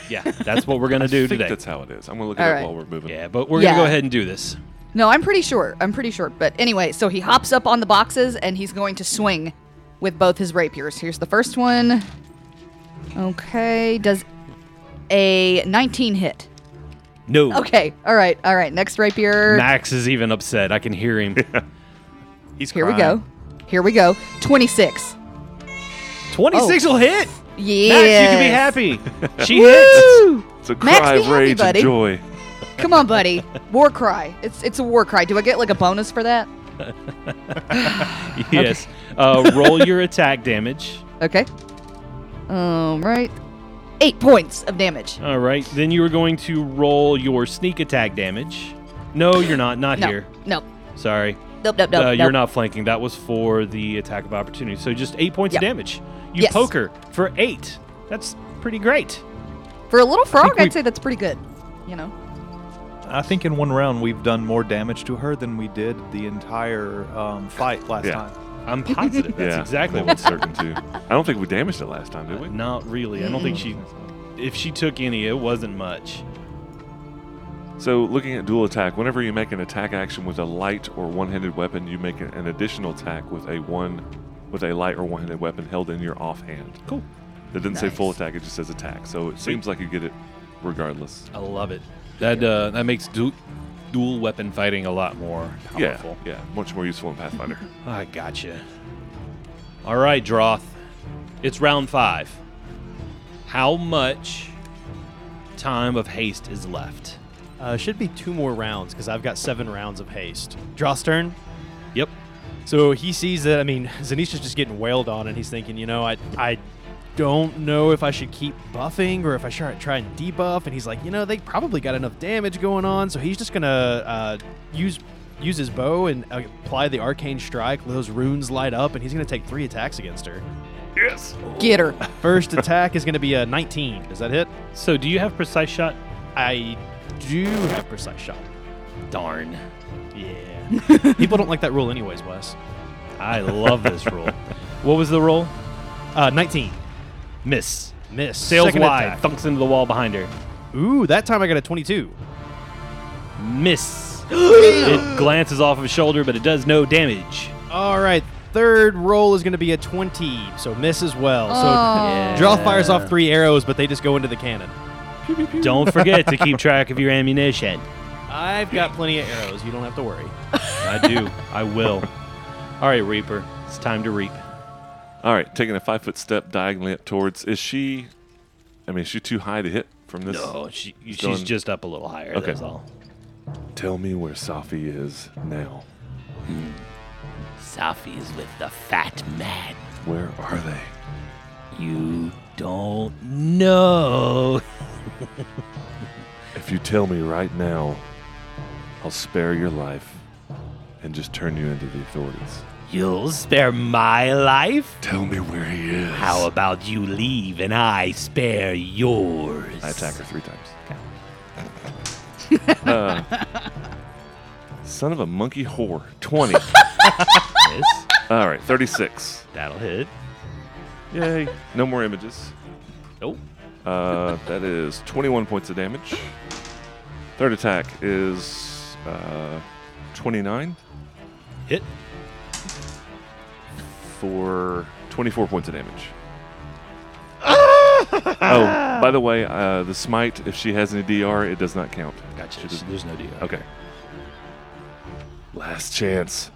S3: yeah, that's what we're gonna
S1: *laughs*
S3: do
S1: I think
S3: today.
S1: that's how it is. I'm gonna look
S4: All
S1: at
S4: right.
S1: it while we're moving.
S3: Yeah, but we're
S4: Yeah.
S3: gonna go ahead and do this.
S4: No, I'm pretty sure. I'm pretty sure. But anyway, so he hops up on the boxes and he's going to swing with both his rapiers. Here's the first one. Okay, does a 19 hit.
S3: No.
S4: Okay, all right, all right. Next rapier.
S3: Max is even upset. I can
S1: *laughs*
S3: hear him.
S5: He's
S4: Here we
S5: crying.
S4: go. Here we go. 26.
S3: Twenty six will *laughs* hit.
S4: Yeah.
S3: Max,
S2: *laughs*
S3: you can be happy. She hits.
S1: It's a
S4: Max,
S1: cry
S4: be
S1: of
S4: happy,
S1: rage
S4: buddy.
S1: and joy.
S4: Come on, buddy. War cry. It's it's a war cry. Do I get like a bonus for that?
S3: *laughs* Yes. Uh, roll your attack damage.
S4: Okay. All right. 8 points of damage.
S3: All right. Then you are going to roll your sneak attack damage. No, you're not. Not
S4: No.
S3: here.
S4: No.
S3: Sorry.
S4: Nope, nope, nope.
S3: uh,
S4: nope.
S3: You're not flanking. That was for the attack of opportunity. So just eight points
S4: Yep.
S3: of damage. You
S4: Yes.
S3: poke her for eight. That's pretty great.
S4: For a little frog,
S5: we-
S4: I'd say that's pretty good. You know.
S5: I think in one round we've done more damage to her than we did the entire um, fight last
S1: Yeah.
S5: time.
S4: *laughs*
S3: I'm positive. That's
S1: yeah,
S3: exactly
S1: I'm
S3: what's
S1: certain too.
S3: *laughs*
S1: I don't think we damaged it last time, did we?
S3: Not really. I don't think she. If she took any, it wasn't much.
S1: So, looking at dual attack, whenever you make an attack action with a light or one-handed weapon, you make an additional attack with a one, with a light or one-handed weapon held in your offhand.
S3: Cool.
S1: It didn't say full
S4: Nice.
S1: attack; it just says attack. So it seems like you get it regardless.
S3: I love it. That uh, that makes du- dual weapon fighting a lot more powerful.
S1: Yeah, yeah, much more useful in Pathfinder. *laughs*
S3: I gotcha. All right, Droth. It's round five. How much time of haste is left?
S2: Uh, should be two more rounds because I've got seven rounds of haste. Draw's turn.
S3: Yep.
S2: So he sees that. I mean, Zanisha's just getting wailed on, and he's thinking, you know, I, I don't know if I should keep buffing or if I should try and debuff. And he's like, you know, they probably got enough damage going on, so he's just gonna uh, use use his bow and uh, apply the arcane strike. Those runes light up, and he's gonna take three attacks against her.
S1: yes.
S4: Get her.
S3: *laughs*
S2: First attack is gonna be a 19. Does that hit?
S3: So, do you have precise shot?
S2: I do have precise shot.
S3: Darn.
S2: Yeah. *laughs* People don't like that rule, anyways, Wes. *laughs*
S3: I love this roll. What was the roll?
S2: Uh, 19.
S3: Miss.
S2: Miss.
S3: Sails
S2: Second
S3: wide.
S2: attack.
S3: Thunks into the wall behind her.
S2: Ooh, that time I got a 22. *gasps*
S3: Miss. it glances off of his shoulder, but it does no damage.
S2: All right. Third roll is going to be a 20, so miss as well. So
S4: Oh.
S2: draw fires off three arrows, but they just go into the cannon.
S3: Don't forget to keep track of your ammunition.
S2: I've got plenty of arrows. You don't have to worry.
S3: I do. I will. All right, Reaper. It's time to reap.
S1: All right, taking a five-foot step diagonally up towards. Is she? I mean, is she too high to hit? from this?
S3: No, she, she's
S1: going-
S3: just up a little higher.
S1: Okay.
S3: That's all.
S1: Tell me where Safi is now.
S6: Safi's with the fat man.
S1: Where are they?
S6: You don't know.
S1: If you tell me right now, I'll spare your life and just turn you into the authorities.
S6: You'll spare my life?
S1: Tell me where he is.
S6: How about you leave and I spare yours?
S1: I attack her three times. Uh, son of a monkey whore.
S6: *laughs*
S1: 20.
S6: Yes,
S1: All right, 36.
S6: that'll hit.
S1: Yay. No more images.
S6: Nope.
S1: Uh, that is 21 points of damage. Third attack is uh, 29
S3: Hit.
S1: for 24 points of damage.
S3: Ah.
S1: oh, by the way, uh, the smite, if she has any DR, it does not count. She
S3: Gotcha. There's,
S1: does-
S3: there's no deal.
S1: Okay. Last
S3: *laughs*
S1: chance.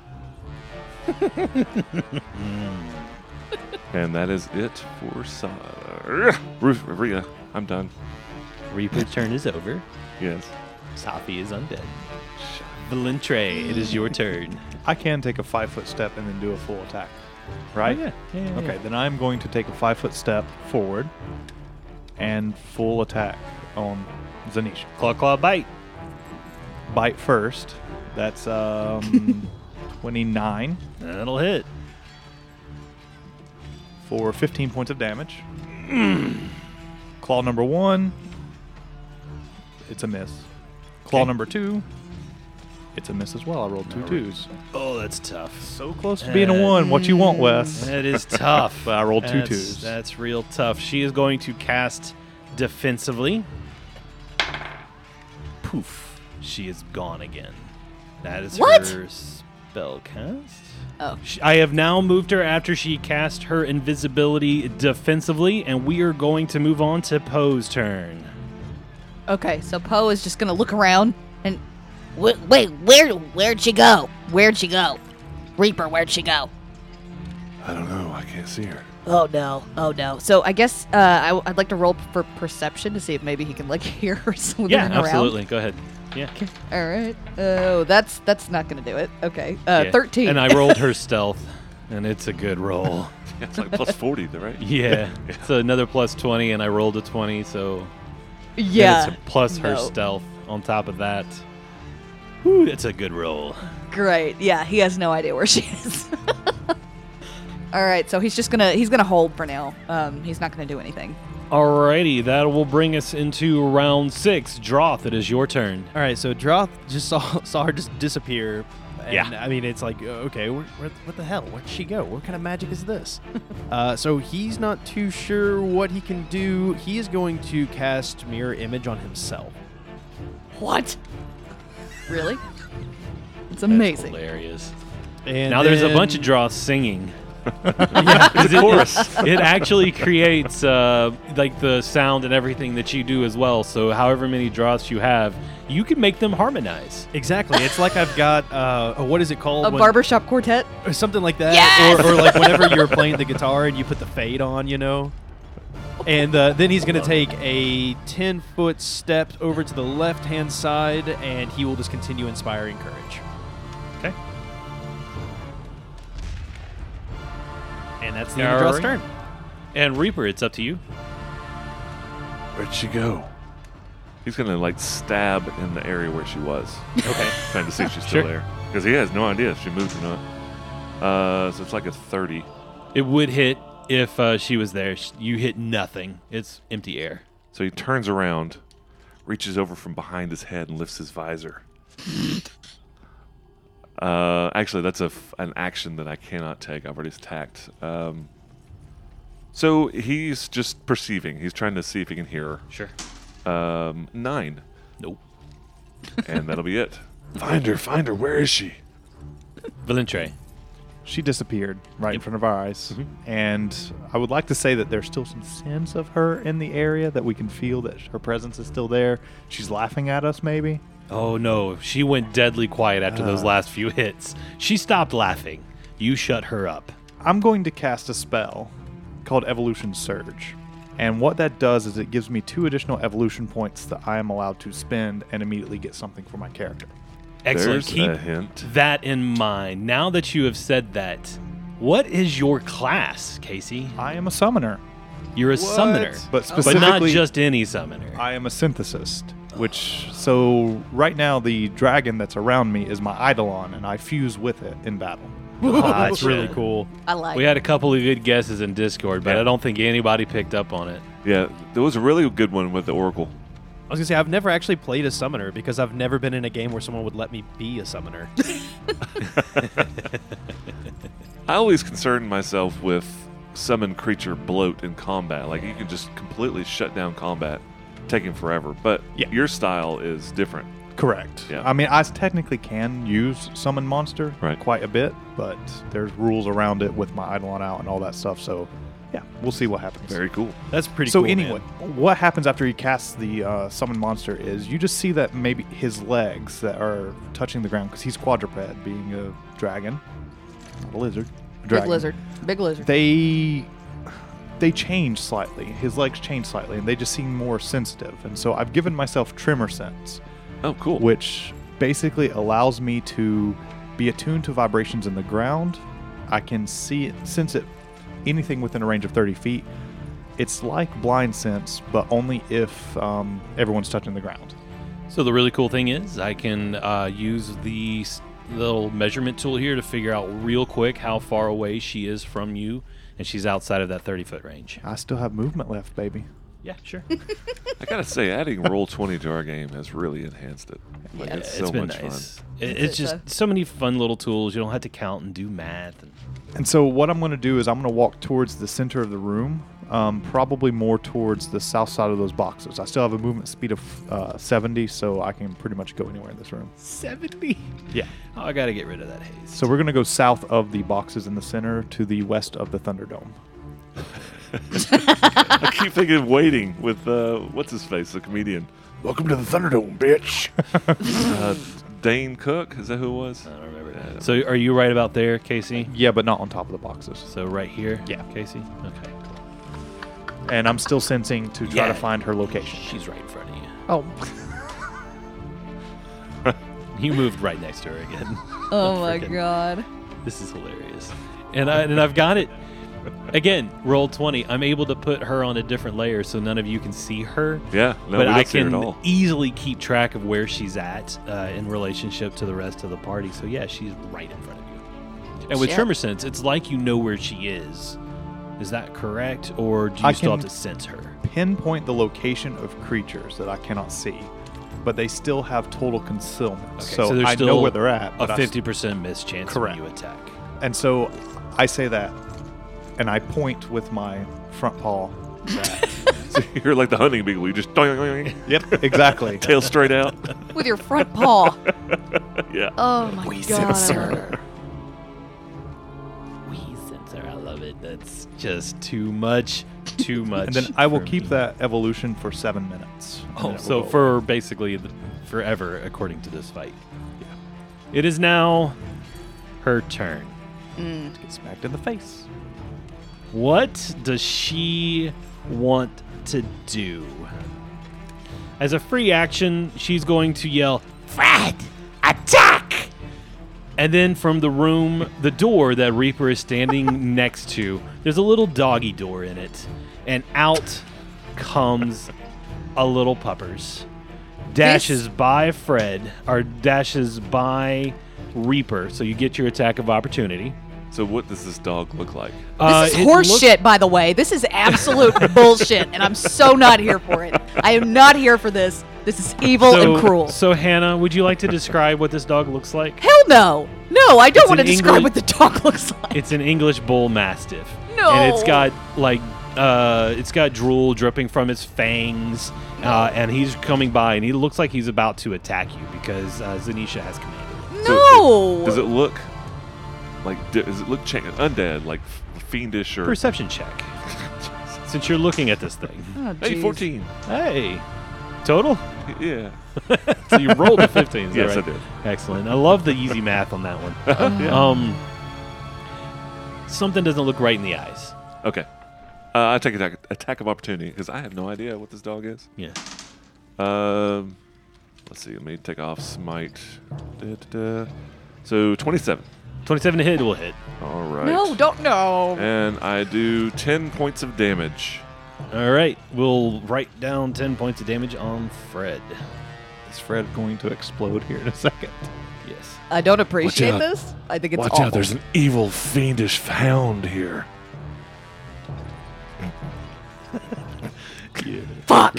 S1: and that is it for Sar. Ruth, Rhea, I'm done.
S6: Reaper's turn is over.
S1: Yes. *laughs*
S6: Safi is undead. Valentre, it is your turn.
S5: I can take a five foot step and then do a full attack,
S3: Oh,
S5: right?
S6: yeah. Yeah, yeah,
S5: Okay, then I'm going to take a five foot step forward and full attack on Zanisha.
S3: Claw, claw, bite.
S5: Bite first. That's um, 29
S3: That'll hit.
S5: for 15 points of damage. Claw number one. It's a miss. Claw number two. It's a miss as well. I rolled two twos.
S3: Oh, that's tough.
S5: So close to being a one. What you want, Wes?
S3: That is tough.
S5: But I rolled two
S3: that's,
S5: twos.
S3: That's real tough. She is going to cast defensively. Poof. She is gone again. That is
S4: What?
S3: her spell cast.
S4: Oh.
S3: She- I have now moved her after she cast her invisibility defensively, and we are going to move on to Poe's turn.
S4: Okay, so Poe is just gonna look around and wait, wait, where, where'd she go? Where'd she go? Reaper, where'd she go?
S1: I don't know. I can't see her.
S4: Oh no, oh no. So I guess uh, I, would like to roll for perception to see if maybe he can like *laughs* hear her slithering
S3: yeah,
S4: around.
S3: absolutely. Go ahead. Yeah.
S4: All right. Oh, that's that's not gonna do it. Okay, uh,
S3: Yeah.
S4: thirteen. *laughs*
S3: And I rolled her stealth, and it's a good roll.
S1: Yeah, it's like plus 40, though, right?
S3: Yeah. So another plus 20, and I rolled a 20, so
S4: yeah,
S3: And it's plus her
S4: No.
S3: stealth on top of that. Whew, that's a good roll.
S4: great. Yeah, he has no idea where she is. *laughs* All right, so he's just gonna he's gonna hold for now. Um, he's not gonna do anything.
S3: Alrighty, that will bring us into round six. Droth, it is your turn.
S2: All right, so Droth just saw *laughs* saw her just disappear. And,
S3: Yeah.
S2: I mean, it's like, uh, okay, where, where, what the hell? Where'd she go? What kind of magic is this? *laughs* uh, so he's not too sure what he can do. He is going to cast Mirror Image on himself.
S4: What? Really? It's amazing.
S3: Hilarious.
S2: And
S3: now there's a bunch of
S2: then-
S3: Droth singing. *laughs* of course.
S4: *laughs*
S3: It, actually creates uh, like the sound and everything that you do as well. So however many Droths you have, you can make them harmonize.
S2: Exactly. It's like I've got, uh, a- what is it called?
S4: A
S2: when-
S4: barbershop quartet.
S2: or something like that,
S4: Yes!
S2: or, or like whenever you're playing the guitar and you put the fade on, you know. And uh, then he's going to take a ten foot step over to the left hand side, and he will just continue inspiring courage.
S3: Okay.
S2: And that's the end of Draw's
S3: Alright.
S2: turn.
S3: And Reaper, it's up to you.
S1: Where'd she go? He's going to, like, stab in the area where she was. Okay. Trying to see if she's still
S3: Sure.
S1: there. Because he has no idea if she moved or not. Uh, so it's like a 30.
S3: It would hit if uh, she was there. Sh- You hit nothing. It's empty air.
S1: So he turns around, reaches over from behind his head, and lifts his visor. uh, actually, that's a f- an action that I cannot take. I've already attacked. Um, so he's just perceiving. He's trying to see if he can hear
S3: Sure.
S1: her. Um, nine,
S3: Nope.
S1: and that'll be it. *laughs* Find her, find her. Where is she?
S3: Valentre.
S5: She disappeared right in front of our eyes. And I would like to say that there's still some sense of her in the area that we can feel that her presence is still there. She's laughing at us, maybe.
S3: Oh no, she went deadly quiet after those last few hits. She stopped laughing. You shut her up.
S5: I'm going to cast a spell called Evolution Surge. And what that does is it gives me two additional evolution points that I am allowed to spend and immediately get something for my character.
S3: Excellent.
S1: There's
S3: Keep
S1: a hint.
S3: that in mind. Now that you have said that, what is your class, Casey?
S5: I am a summoner,
S3: You're a summoner,
S5: but
S3: but
S5: specifically,
S3: not just any summoner.
S5: I am a synthesist. Which so right now the dragon that's around me is my eidolon, and I fuse with it in battle.
S2: Ah, that's really
S3: Gotcha.
S2: cool.
S4: I like
S3: We had a couple of good guesses in Discord, but I don't think anybody picked up on it.
S1: Yeah, there was a really good one with the Oracle.
S2: I was gonna say I've never actually played a summoner because I've never been in a game where someone would let me be a summoner.
S1: I always concern myself with summon creature bloat in combat. Like you can just completely shut down combat, taking forever. But
S5: Yeah.
S1: your style is different.
S5: Correct.
S1: Yeah.
S5: I mean, I technically can use summon monster
S1: Right.
S5: quite a bit, but there's rules around it with my eidolon out and all that stuff. So yeah, we'll see what happens.
S1: Very cool.
S2: That's pretty.
S5: so
S2: cool, man.
S5: anyway, what happens after he casts the uh, summon monster is you just see that maybe his legs that are touching the ground because he's quadruped, being a dragon, not a lizard. a
S4: big
S5: dragon.
S4: lizard, big lizard.
S5: They they change slightly. His legs change slightly, and they just seem more sensitive. And so I've given myself tremor sense,
S1: Oh, cool.
S5: which basically allows me to be attuned to vibrations in the ground. I can see it, sense it, anything within a range of 30 feet. It's like blind sense, but only if um, everyone's touching the ground.
S3: So the really cool thing is, I can uh, use the s- little measurement tool here to figure out real quick how far away she is from you, and she's outside of that thirty foot range.
S5: I still have movement left, baby.
S3: Yeah, sure.
S4: *laughs*
S1: I gotta say, *laughs* adding roll twenty to our game has really enhanced it. Like,
S4: Yeah.
S1: it's so
S3: it's been
S1: much
S3: nice.
S1: fun.
S3: It- it's
S4: It's
S3: just
S4: a-
S3: so many fun little tools. You don't have to count and do math. And
S5: And so what I'm going to do is I'm going to walk towards the center of the room, um, probably more towards the south side of those boxes. I still have a movement speed of uh, 70, so I can pretty much go anywhere in this room.
S3: seventy.
S5: Yeah.
S3: Oh, I gotta get rid of that haze.
S5: So we're going to go south of the boxes in the center to the west of the Thunderdome.
S1: I keep thinking of waiting with uh, what's his face, the comedian. Welcome to the Thunderdome, bitch. *laughs* uh, Dane Cook, is that who it was?
S3: I don't remember that. So are you right about there, Casey?
S5: Yeah, but not on top of the boxes.
S3: So right here.
S5: Yeah.
S3: Casey. Okay. cool.
S5: And I'm still sensing to try
S3: Yeah.
S5: to find her location.
S3: She's right in front of you.
S5: Oh,
S3: You moved right next to her *laughs* again.
S4: oh my
S3: freaking-
S4: god.
S3: This is hilarious. And I and I've got it. Again, roll twenty. I'm able to put her on a different layer, so none of you can see her.
S1: Yeah, no, we
S3: but
S1: don't
S3: I
S1: see her at
S3: can *laughs*
S1: all. *laughs*
S3: easily keep track of where she's at uh, in relationship to the rest of the party. So yeah, she's right in front of you. And with
S4: Shit.
S3: tremor sense, it's like you know where she is. Is that correct, or do you
S5: I
S3: still
S5: can-
S3: have to sense her?
S5: *laughs* pinpoint the location of creatures that I cannot see, but they still have total concealment. so
S3: there's
S5: I
S3: still
S5: know where they're at. but
S3: A
S5: I
S3: fifty percent miss chance
S5: Correct.
S3: when
S5: *laughs*
S3: you attack.
S5: And so I say that, and I point with my front paw.
S1: So you're like the hunting beagle. You just *laughs* doing, doing, doing,
S5: Yep, *laughs*
S3: *laughs*
S5: exactly.
S1: tail straight out.
S4: With your front paw.
S1: yeah.
S4: Oh my god.
S3: We sensor. I love it. That's just too much. Too much.
S5: and then I will
S3: for
S5: keep
S3: me.
S5: that evolution for seven minutes. and then
S3: Oh,
S5: it will
S3: so
S5: go.
S3: for basically th- forever, according to this fight. It is now her turn.
S5: Get smacked in the face.
S3: What does she want to do? As a free action, she's going to yell, Fred, attack! And then from the room, the door that Reaper
S4: *laughs*
S3: is standing next to, there's a little doggy door in it. And out comes a little puppers. Dashes by Fred, or dashes by Reaper. So you get your attack of opportunity.
S1: So what does this dog look like?
S3: Uh,
S4: This
S3: it
S4: is horse
S3: looks-
S4: shit, by the way. This is
S3: *laughs*
S4: absolute bullshit, and I'm so not here for it. I am not here for this. This is evil and cruel.
S3: So, Hannah, would you like to describe what this dog looks like?
S4: Hell no. No, I don't
S3: It's
S4: want to
S3: an
S4: describe
S3: English-
S4: what the dog *laughs* looks like.
S3: It's an English bull mastiff.
S4: No.
S3: And it's got like uh, it's got drool dripping from his fangs, uh, and he's coming by, and he looks like he's about to attack you because uh, Zanisha has commanded.
S1: So
S4: No.
S1: it- does it look like? d- Does it look cha- undead, like f- fiendish or?
S4: *laughs*
S3: Perception check. Since you're looking at this thing.
S4: Oh,
S1: Hey,
S4: jeez.
S1: fourteen.
S3: Hey, total.
S1: Yeah.
S3: So you rolled
S1: *laughs*
S3: a 15. Is that
S1: Yes,
S3: right?
S1: I did.
S3: Excellent. I love the easy math
S1: *laughs*
S3: on that one. Um, something doesn't look right in the eyes.
S1: Okay. Uh, I take attack, attack of opportunity because I have no idea what this dog is.
S3: Yeah.
S1: Um, let's see. Let me take off smite. Da, da, da. So 27.
S3: 27 to hit will hit.
S1: All right. Eh.
S4: No, don't know.
S1: And I do 10 points of damage.
S3: All right. We'll write down 10 points of damage on Fred.
S5: Is Fred going to explode here in a second?
S3: Yes.
S4: I don't appreciate
S1: out.
S4: this. I think it's awful.
S1: an evil, fiendish hound here.
S4: Fuck.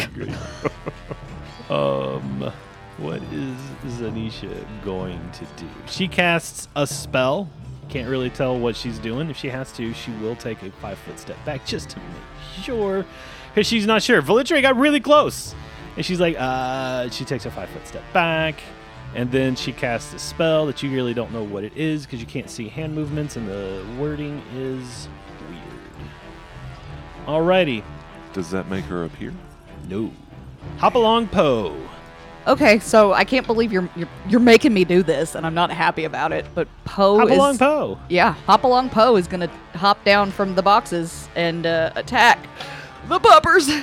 S3: Um, what is Zanisha going to do? She casts a spell. Can't really tell what she's doing. If she has to, she will take a five foot step back just to make sure. Because she's not sure. Velitre got really close. And she's like, uh, she takes a five foot step back. And then she casts a spell that you really don't know what it is because you can't see hand movements and the wording is weird. Alrighty.
S1: Does that make her appear?
S3: No. Hop along, Poe.
S4: Okay, so I can't believe you're, you're you're making me do this, and I'm not happy about it. But Poe
S3: Hop
S4: Oh, is
S3: along, Poe.
S4: yeah, hop along Poe is gonna hop down from the boxes and uh, attack the puppers. *laughs*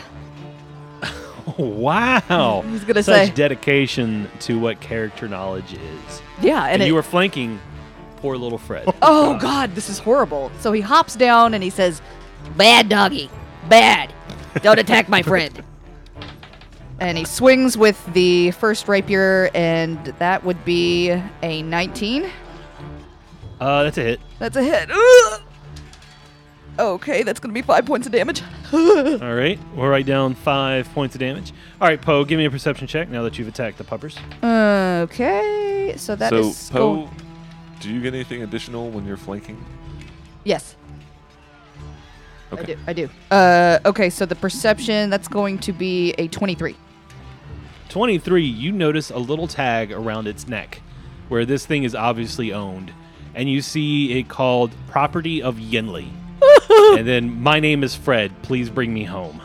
S3: Wow.
S4: He's gonna
S3: Such
S4: say-
S3: dedication to what character knowledge is.
S4: *laughs* Yeah, and,
S3: And,
S4: it,
S3: you were flanking poor
S4: *laughs*
S3: little Fred.
S4: oh god, this is horrible. So he hops down and he says, "Bad doggy, bad. *laughs* Don't attack my friend." And he swings with the first rapier, and that would be a 19.
S3: Uh, that's a hit.
S4: That's a hit. Ugh. Okay, that's gonna be five points of damage. *laughs*
S3: All right. We'll write down five points of damage. All right, Poe, give me a perception check now that you've attacked the puppers.
S4: okay, so that
S1: so,
S4: is
S1: Poe,
S4: go-
S1: do you get anything additional when you're flanking?
S4: yes,
S1: Okay.
S4: I do. I do. Uh, okay, so the perception that's going to be a 23.
S3: 23, you notice a little tag around its neck where this thing is obviously owned. And you see it called Property of
S4: *laughs*
S3: Yenli. and then, my name is Fred. Please bring me home.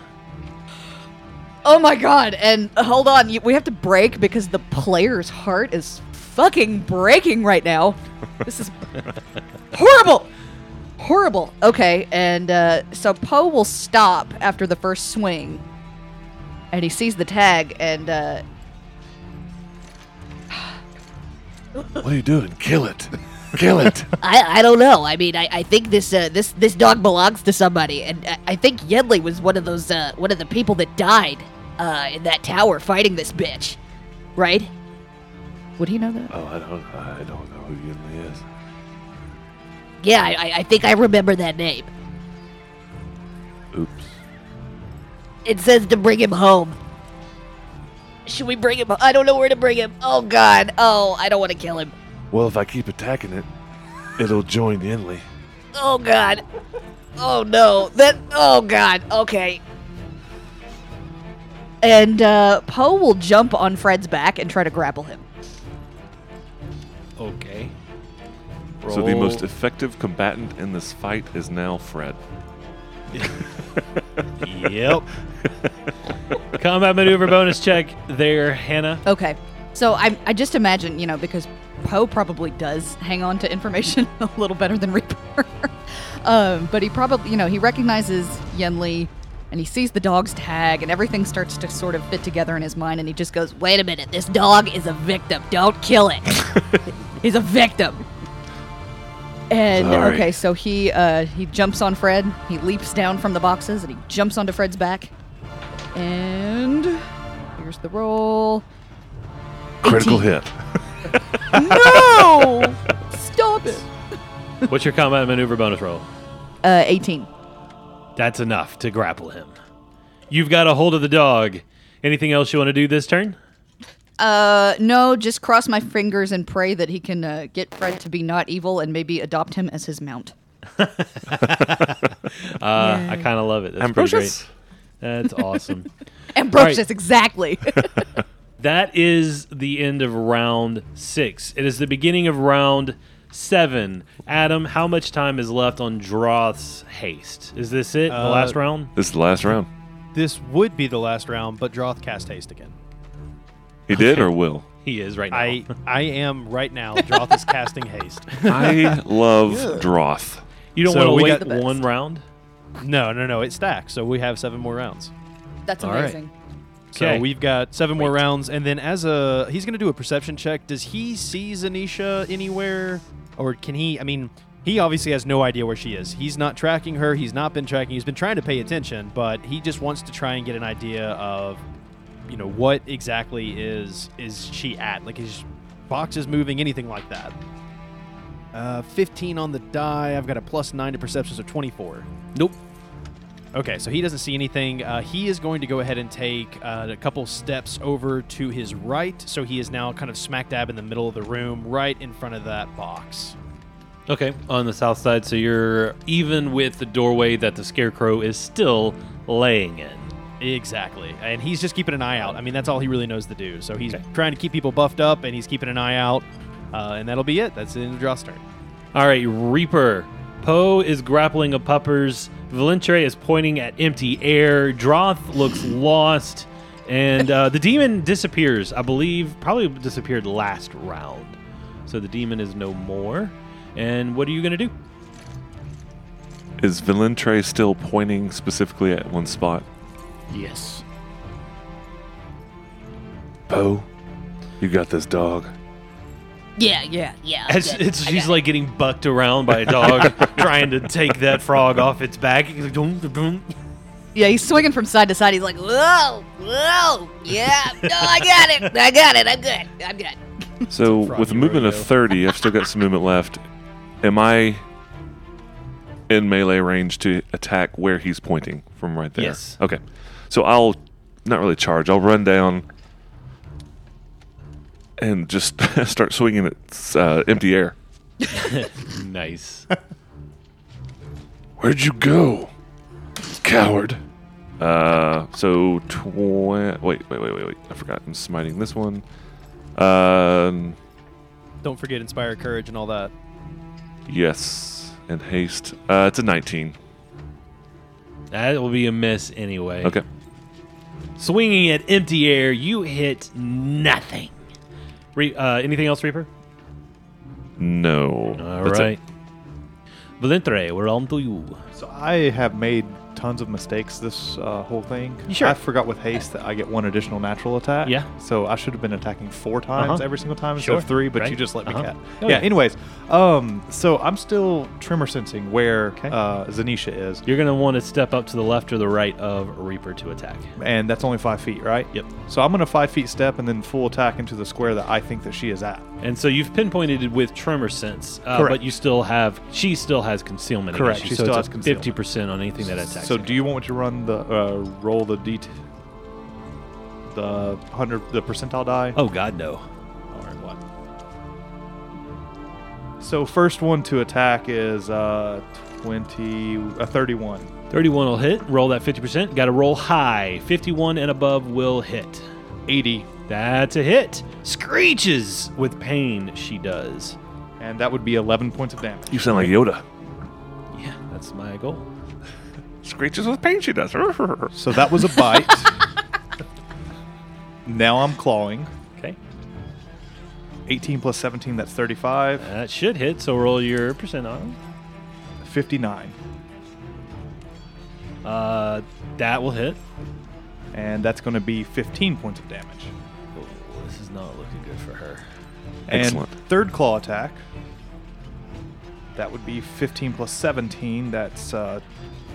S4: Oh my god! And hold on, you, we have to break because the player's heart is fucking breaking right now. This is horrible, horrible. Okay, and uh, so Poe will stop after the first swing, and he sees the tag, and uh,
S1: What are you doing? Kill it. Kill *laughs* it.
S4: I, I don't know. I mean, I, I think this uh, this this dog belongs to somebody, and I, I think Yedley was one of those uh, one of the people that died uh, in that tower fighting this bitch, right? Would he know that?
S1: oh, I don't, I don't know who Yinli is.
S4: Yeah, I, I- I think I remember that name.
S1: Oops.
S4: It says to bring him home. Should we bring him? ho- I don't know where to bring him. Oh God! Oh, I don't want to kill him.
S1: Well, if I keep attacking it, it'll join Yinli.
S4: Oh God! Oh no! That oh God! Okay. And uh, Poe will jump on Fred's back and try to grapple him.
S3: Okay.
S1: So the
S3: Roll-
S1: most effective combatant in this fight is now Fred.
S3: Yep. Combat maneuver bonus check there, Hannah.
S4: Okay. So I, I just imagine, you know, because Poe probably does hang on to information *laughs* a little better than Reaper. *laughs* um, but he probably, you know, he recognizes Yenli and he sees the dog's tag and everything starts to sort of fit together in his mind and he just goes, wait a minute, this dog is a victim. Don't kill it. *laughs* He's a victim. And
S1: Sorry.
S4: okay, so he uh, he jumps on Fred. He leaps down from the boxes and he jumps onto Fred's back. And here's the roll.
S1: Critical hit. *laughs*
S4: No! Stop it.
S3: What's your combat maneuver bonus roll?
S4: Uh, 18.
S3: That's enough to grapple him. You've got a hold of the dog. Anything else you want to do this turn?
S4: Uh, no, just cross my fingers and pray that he can uh, get Fred to be not evil and maybe adopt him as his mount.
S3: Uh, I kind of love it. That's pretty great. That's awesome.
S4: Ambrosius,
S3: Right.
S4: exactly.
S3: *laughs*
S4: *laughs*
S3: that is the end of round six. It is the beginning of round seven. Adam, how much time is left on Droth's haste? Is this it? the
S2: Uh,
S3: last round?
S1: This is the last round.
S2: This would be the last round, but Droth cast haste again.
S1: He did or will?
S3: He is right now.
S2: I I am right now. Droth is casting haste.
S1: *laughs* I love Droth.
S3: you don't
S2: so
S3: want to
S2: we
S3: wait
S2: got-
S4: The best.
S3: one round?
S2: No, no, no. It stacks, so we have seven more rounds.
S4: That's
S3: All right.
S4: amazing.
S2: So
S3: Okay.
S2: we've got seven more rounds, and then as a he's going to do a perception check. Does he see Zanisha anywhere, or can he? I mean, he obviously has no idea where she is. He's not tracking her. He's not been tracking. He's been trying to pay attention, but he just wants to try and get an idea of, you know, what exactly is is she at? Like is boxes moving, anything like that. Uh, 15 on the die. I've got a plus nine to perception, so 24.
S3: Nope.
S2: Okay, so he doesn't see anything. Uh, he is going to go ahead and take uh, a couple steps over to his right. So he is now kind of smack dab in the middle of the room, right in front of that box.
S3: Okay, on the south side, so you're even with the doorway that the scarecrow is still laying in.
S2: Exactly. And he's just keeping an eye out. I mean, that's all he really knows to do. So he's trying to keep people buffed up and he's keeping an eye out. Uh, and that'll be it. That's the end of Draw's turn.
S3: All right, Reaper. Poe is grappling a puppers. Valentre is pointing at empty air. Droth looks lost. And uh, the demon disappears, I believe, probably disappeared last round. So the demon is no more. And what are you going to do?
S1: Is Valentre still pointing specifically at one spot?
S6: Yes.
S1: Poe, you got this dog.
S4: Yeah, yeah, yeah. I
S3: As
S4: get it.
S3: *laughs* it's,
S4: I
S3: she's
S4: got
S3: like getting bucked around by a
S2: *laughs*
S3: dog, trying to take that frog off its back. He's like, "Dum, dum, dum."
S4: it. yeah, he's swinging from side to side. He's like, whoa, whoa, yeah. No, I got it. I got it. I'm good. I'm good.
S1: So with a movement of 30, I've still got some movement left. Am I in melee range to attack where he's pointing from right there?
S3: Yes.
S1: Okay. So I'll not really charge. I'll run down and just *laughs* start swinging at uh, empty air.
S3: Nice.
S1: Where'd you go, coward? Uh, so twen. Wait, wait, wait, wait, wait. I forgot. I'm smiting this one. Um,
S2: Don't forget Inspire Courage and all that.
S1: yes, and haste. Uh, it's a 19.
S3: *laughs* That will be a miss anyway.
S1: Okay.
S3: Swinging at empty air, you hit nothing. Re- uh, anything else, Reaper?
S1: No.
S3: All
S1: That's it.
S3: right. Valentre, we're on to you.
S5: So I have made tons of mistakes this uh, whole thing.
S3: Sure.
S5: I forgot with haste that I get one additional natural attack.
S3: Yeah.
S5: So I should have been attacking four times
S3: Uh-huh.
S5: every single time instead
S3: Sure.
S5: of three, but
S3: Right.
S5: you just let me
S3: Uh-huh.
S5: cat.
S3: Oh,
S5: yeah.
S3: yeah.
S5: Anyways, um, so I'm still tremor sensing where uh, Zanisha is,
S3: You're going to want to step up to the left or the right of Reaper to attack.
S5: and that's only five feet, right?
S3: Yep.
S5: So I'm gonna five feet step and then full attack into the square that I think that she is at.
S3: And so you've pinpointed it with Tremor Sense, uh,
S5: Correct.
S3: but you still have, she still has concealment.
S5: Correct,
S3: against you,
S5: she
S3: so
S5: still
S3: it's
S5: has
S3: a
S5: concealment.
S3: 50% on anything that attacks.
S5: So
S3: you.
S5: do you want me to run the uh, roll the d the hundred the percentile die?
S3: oh, God, no.
S5: So first one to attack is uh, twenty uh, thirty-one.
S3: 31 will hit. Roll that 50%. Got to roll high. 51 and above will hit.
S5: 80.
S3: That's a hit. Screeches with pain, she does.
S5: And that would be 11 points of damage.
S1: You sound like Yoda.
S3: Yeah, that's my goal.
S1: Screeches with pain she does. *laughs*
S5: So that was a bite. now I'm clawing.
S3: Okay.
S5: 18 plus 17, that's 35.
S3: That should hit, so roll your percent on.
S5: 59.
S3: Uh, that will hit.
S5: And that's going to be 15 points of damage.
S3: Oh, this is not looking good for her.
S1: Excellent.
S5: And third claw attack. That would be 15 plus 17. That's, uh,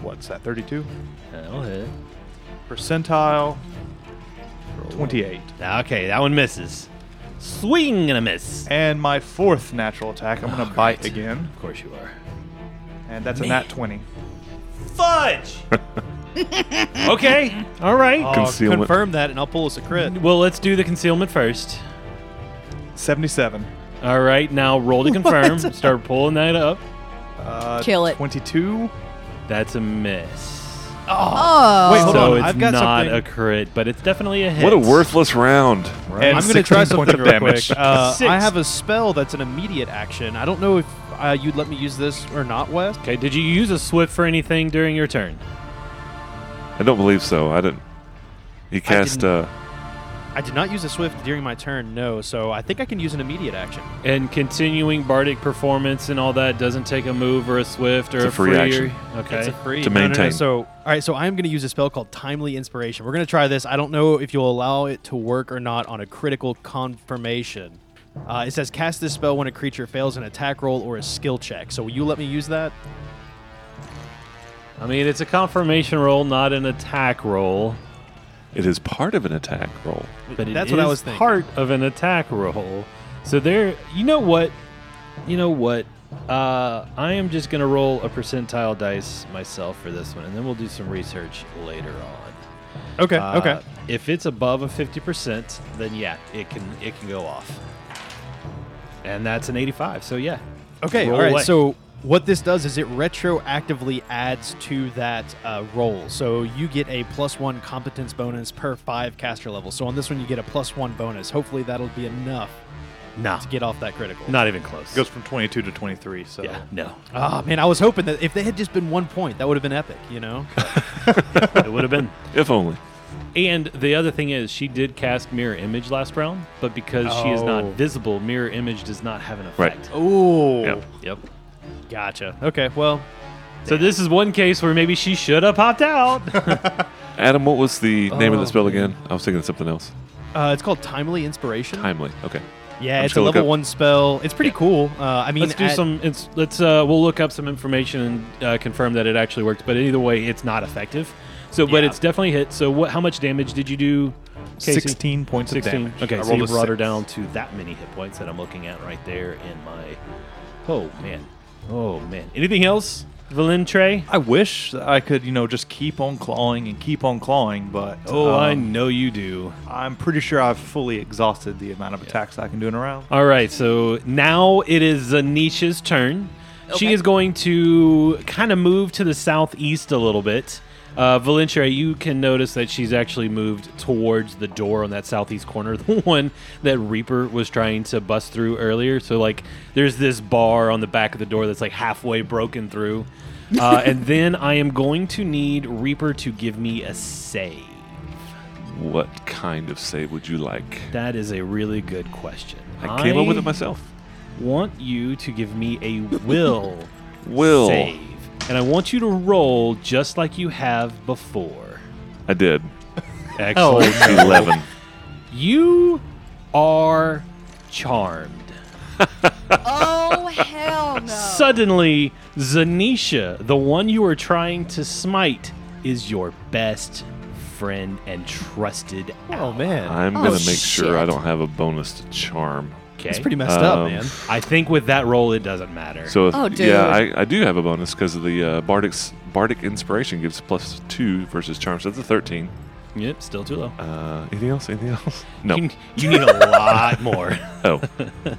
S5: what's that, 32?
S3: That'll hit.
S5: Percentile,
S3: Roll
S5: 28.
S3: one. Okay, that one misses. Swing and a miss.
S5: And my fourth natural attack, I'm going to bite
S3: Oh, great.
S5: again.
S3: Of course you are.
S5: And that's a nat 20.
S3: Fudge! okay, all right.
S2: I'll
S1: Concealment.
S2: confirm that, and I'll pull us a crit.
S3: Well, let's do the concealment first.
S5: 77.
S3: All right, now roll to confirm. Start pulling that up.
S5: Uh,
S4: Kill it.
S5: 22.
S3: That's a miss.
S4: Oh,
S2: Wait, hold
S3: so
S2: on.
S3: it's
S2: I've got
S3: not
S2: something.
S3: a crit, but it's definitely a hit.
S1: what a worthless round.
S5: And
S2: I'm going to try
S5: 16
S2: something
S5: points of
S2: real
S5: damage.
S2: quick. Uh,
S3: Six.
S2: I have a spell that's an immediate action. I don't know if uh, you'd let me use this or not, Wes.
S3: Okay, did you use a swift for anything during your turn?
S1: I don't believe so. I didn't. He cast.
S2: didn't-
S1: uh,
S2: I did not use a swift during my turn, no, so I think I can use an immediate action.
S3: And continuing bardic performance and all that doesn't take a move or a swift or
S1: It's a free action.
S3: or- Okay.
S2: It's a free
S1: To
S2: No, no, no,
S1: maintain.
S2: So, all right, so I'm going to use a spell called Timely Inspiration. We're going to try this. I don't know if you'll allow it to work or not on a critical confirmation. Uh, it says cast this spell when a creature fails an attack roll or a skill check. So, will you let me use that?
S3: I mean, it's a confirmation roll, not an attack roll.
S1: It is part of an attack roll.
S3: But it
S2: That's what I
S3: is
S2: was thinking.
S3: part of an attack roll. So there, you know what, you know what. Uh, I am just gonna roll a percentile dice myself for this one, and then we'll do some research later on.
S2: Okay,
S3: Uh,
S2: okay.
S3: If it's above a fifty percent, then yeah, it can it can go off. And that's an eighty-five. So yeah,
S2: Okay,
S3: roll
S2: all right.
S3: away.
S2: So what this does is it retroactively adds to that uh, roll. So you get a plus one competence bonus per five caster level. So on this one, you get a plus one bonus. Hopefully, that'll be enough
S3: nah,
S2: to get off that critical.
S3: not even close.
S5: Goes from 22 to 23. So
S3: *laughs* yeah, no,
S2: Ah man, I was hoping that if they had just been one point, that would have been epic.
S3: *laughs*
S2: You know.
S3: it would have been. *laughs*
S1: If only.
S3: And the other thing is, she did cast mirror image last round, but because she is not
S2: Oh.
S3: visible, mirror image does not have an
S1: Right.
S3: effect.
S2: Ooh.
S1: Yep.
S3: Yep.
S2: Gotcha. Okay. Well,
S3: So this is one case where maybe she should have popped out.
S1: Adam, what was the name of
S3: Oh,
S1: the spell again? I was thinking of something else.
S2: uh, it's called Timely Inspiration.
S1: Timely. Okay.
S2: yeah,
S1: I'm
S2: it's
S1: sure
S2: a
S1: look
S2: level
S1: up-
S2: one spell. It's pretty cool. Uh, I mean,
S3: let's do
S2: at-
S3: some. It's, let's. Uh, we'll look up some information and uh, confirm that it actually worked. But either way, it's not effective. So, but
S2: Yeah.
S3: it's definitely hit. So, what? How much damage did you do? Casey?
S5: 16 points of
S3: 16.
S5: damage.
S3: Okay,
S5: I
S3: so
S5: rolled
S3: you
S5: a
S3: brought her
S5: six.
S3: down to that many hit points that I'm looking at right there in my. Oh man. Oh man. Anything else, Valentre?
S5: I wish that I could, you know, just keep on clawing and keep on clawing, but
S3: Oh, I
S5: um,
S3: know you do.
S5: I'm pretty sure I've fully exhausted the amount of attacks I can do in a round.
S3: All right, so now it is Zanisha's turn. She
S4: Okay.
S3: is going to kind of move to the southeast a little bit. Uh, Valentia, you can notice that she's actually moved towards the door on that southeast corner, *laughs* the one that Reaper was trying to bust through earlier. So, like, there's this bar on the back of the door that's like halfway broken through.
S1: *laughs*
S3: Uh, and then I am going to need Reaper to give me a save.
S1: What kind of save would you like?
S3: That is a really good question.
S1: I came up with it
S3: I-
S1: myself.
S3: want you to give me a will
S1: *laughs* Will.
S3: save. And I want you to roll just like you have before.
S1: I *laughs* did.
S3: Excellent.
S1: 11.
S3: You are charmed.
S4: *laughs* Oh hell no!
S3: Suddenly, Zanisha, the one you are trying to smite, is your best friend and trusted
S2: *laughs* Oh
S3: ally.
S2: man,
S1: I'm
S4: Oh,
S1: going to make sure I
S4: shit.
S1: don't have a bonus to charm.
S3: Okay?
S2: it's pretty messed up,
S1: Um,
S2: man.
S3: I think with that roll, it doesn't matter.
S1: So, if,
S4: Oh, dude.
S1: yeah, I, I do have a bonus because of the uh, Bardic's, Bardic Inspiration gives plus two versus charm. So that's a 13.
S3: yep, still too low.
S1: Uh, anything else? Anything
S4: *laughs*
S1: else? No.
S3: You, you need a
S1: *laughs*
S3: lot more.
S1: oh.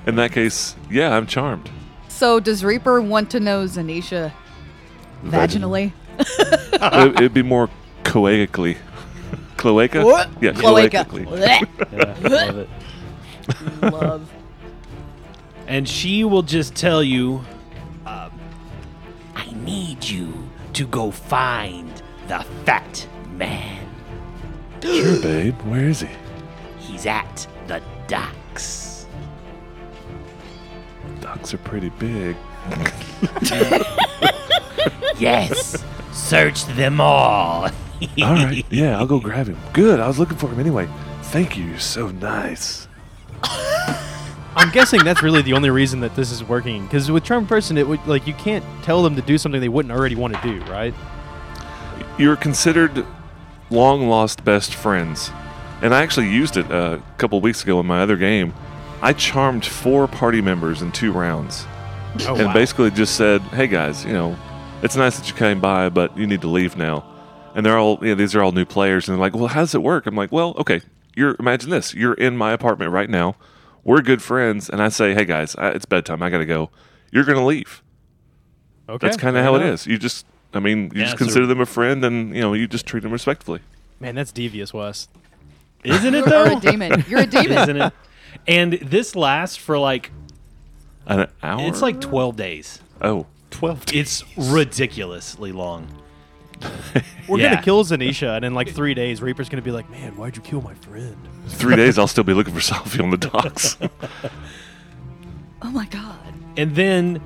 S1: In that case, yeah, I'm
S4: *laughs*
S1: charmed.
S4: So does Reaper want to know Zanisha vaginally?
S1: it, it'd be more cloacally. *laughs* Cloaca?
S4: What?
S1: Yeah,
S4: Cloaca.
S1: cloacally.
S3: Yeah, I love it.
S4: Blech. Love.
S3: and she will just tell you, uh, I need you to go find the fat man.
S1: Sure, babe. Where is he?
S3: He's at the docks.
S1: Ducks are pretty
S4: *laughs*
S1: big.
S3: Yes, search them all.
S1: All right. Yeah, I'll go grab him. Good. I was looking for him anyway. Thank you. You're so nice.
S2: I'm guessing that's really the only reason that this is working because with charmed person, it would like you can't tell them to do something they wouldn't already want to do, right?
S1: You're considered long lost best friends. And I actually used it uh, a couple weeks ago in my other game. I charmed four party members in two rounds.
S2: Oh,
S1: and
S2: wow.
S1: basically just said, "Hey guys, you know, it's nice that you came by, but you need to leave now." And they're all, you know, these are all new players, and they're like, "Well, how does it work?" I'm like, "Well, okay, you're imagine this: you're in my apartment right now. We're good friends, and I say, "Hey guys, I, it's bedtime. I gotta go." You're gonna leave.
S2: okay.
S1: That's kind of how it is. You just, I mean, you
S3: Yeah,
S1: just
S3: so-
S1: consider them a friend, and you know, you just treat them respectfully.
S2: Man, that's devious, Wes.
S3: Isn't it
S4: You are a
S3: though?
S4: demon. You're a demon.
S3: *laughs* Isn't it? And this lasts for like
S1: An hour.
S3: it's like twelve days.
S1: oh,
S3: It's ridiculously long.
S2: We're
S3: Yeah.
S2: gonna kill Zanisha, and in like three days, Reaper's gonna be like, "Man, why'd you kill my friend?"
S1: Three days, I'll still be looking for *laughs* Sophie on the docks. *laughs*
S4: Oh my god.
S3: And then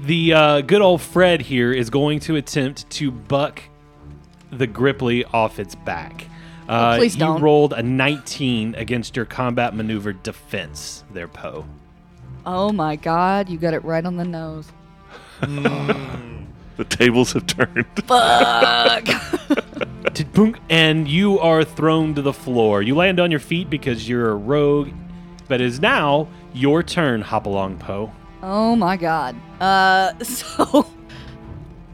S3: the uh, good old Fred here is going to attempt to buck the Gripply off its back. Uh,
S4: Oh, please
S3: you
S4: don't.
S3: rolled a 19 against your combat maneuver defense there, Poe. *laughs*
S4: Oh my god. You got it right on the nose.
S1: the tables have turned.
S4: Fuck.
S3: Boonk, And you are thrown to the floor. You land on your feet because you're a rogue, but it is now your turn, Hopalong Poe.
S4: Oh my god. Uh, *laughs* so. *sighs*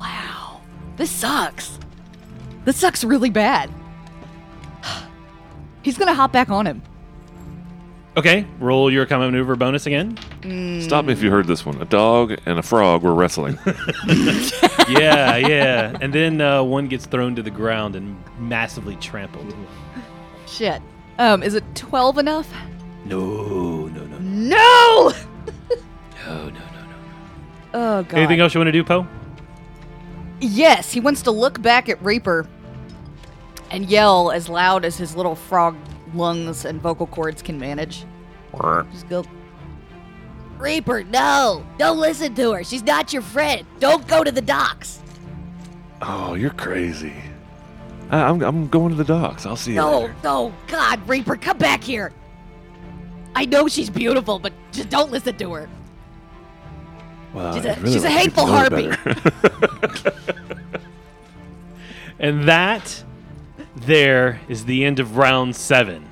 S4: wow. This sucks. This sucks really bad. *sighs* He's gonna hop back on him.
S3: Okay, roll your combat maneuver bonus again.
S4: Mm.
S1: Stop me if you heard this one. A dog and a frog were
S4: *laughs*
S1: wrestling.
S3: yeah, yeah. And then uh, one gets thrown to the ground and massively trampled.
S4: Shit. Um, is it 12 enough?
S3: No, no, no, no,
S4: No! *laughs*
S3: no, no, no.
S4: Oh god.
S3: Anything else you want to do, Poe?
S4: Yes, he wants to look back at Reaper and yell as loud as his little frog lungs and vocal cords can manage. Just go. Reaper, no! Don't listen to her. She's not your friend. Don't go to the docks.
S1: oh, you're crazy. I, I'm, I'm going to the docks. I'll see you
S4: No,
S1: later.
S4: no, God, Reaper, come back here. I know she's beautiful, but just don't listen to her.
S1: Wow,
S4: She's
S1: Uh, I
S4: a- she's a
S1: like to
S4: hateful
S1: get to know her better.
S3: And that there is the end of round seven.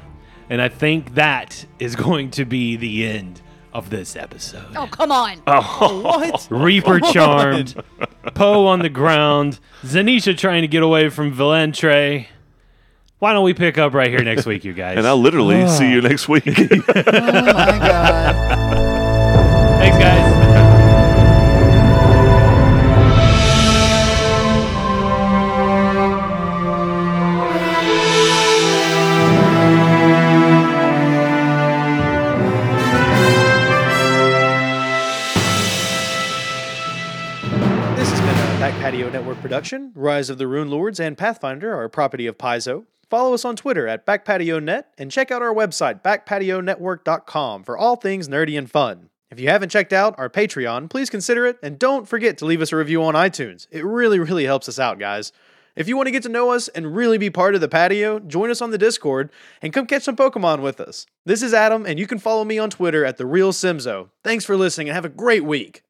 S3: And I think that is *laughs* going to be the end of this episode.
S4: Oh, come on. *laughs*
S2: What?
S3: Reaper charmed, Poe on the ground, Zanisha trying to get away from Valentre. Why don't we pick up right here next week, you guys?
S1: and I'll literally
S4: Ah.
S1: see you next
S4: *laughs*
S1: week.
S3: Thanks, guys.
S2: This has been a Back Patio Network production. Rise of the Rune Lords and Pathfinder are a property of Paizo. Follow us on Twitter at BackpatioNet and check out our website, backpationetwork.com, for all things nerdy and fun. If you haven't checked out our Patreon, please consider it and don't forget to leave us a review on iTunes. It really, really helps us out, guys. If you want to get to know us and really be part of the patio, join us on the Discord and come catch some Pokemon with us. This is Adam, and you can follow me on Twitter at the Real Simzo. Thanks for listening and have a great week.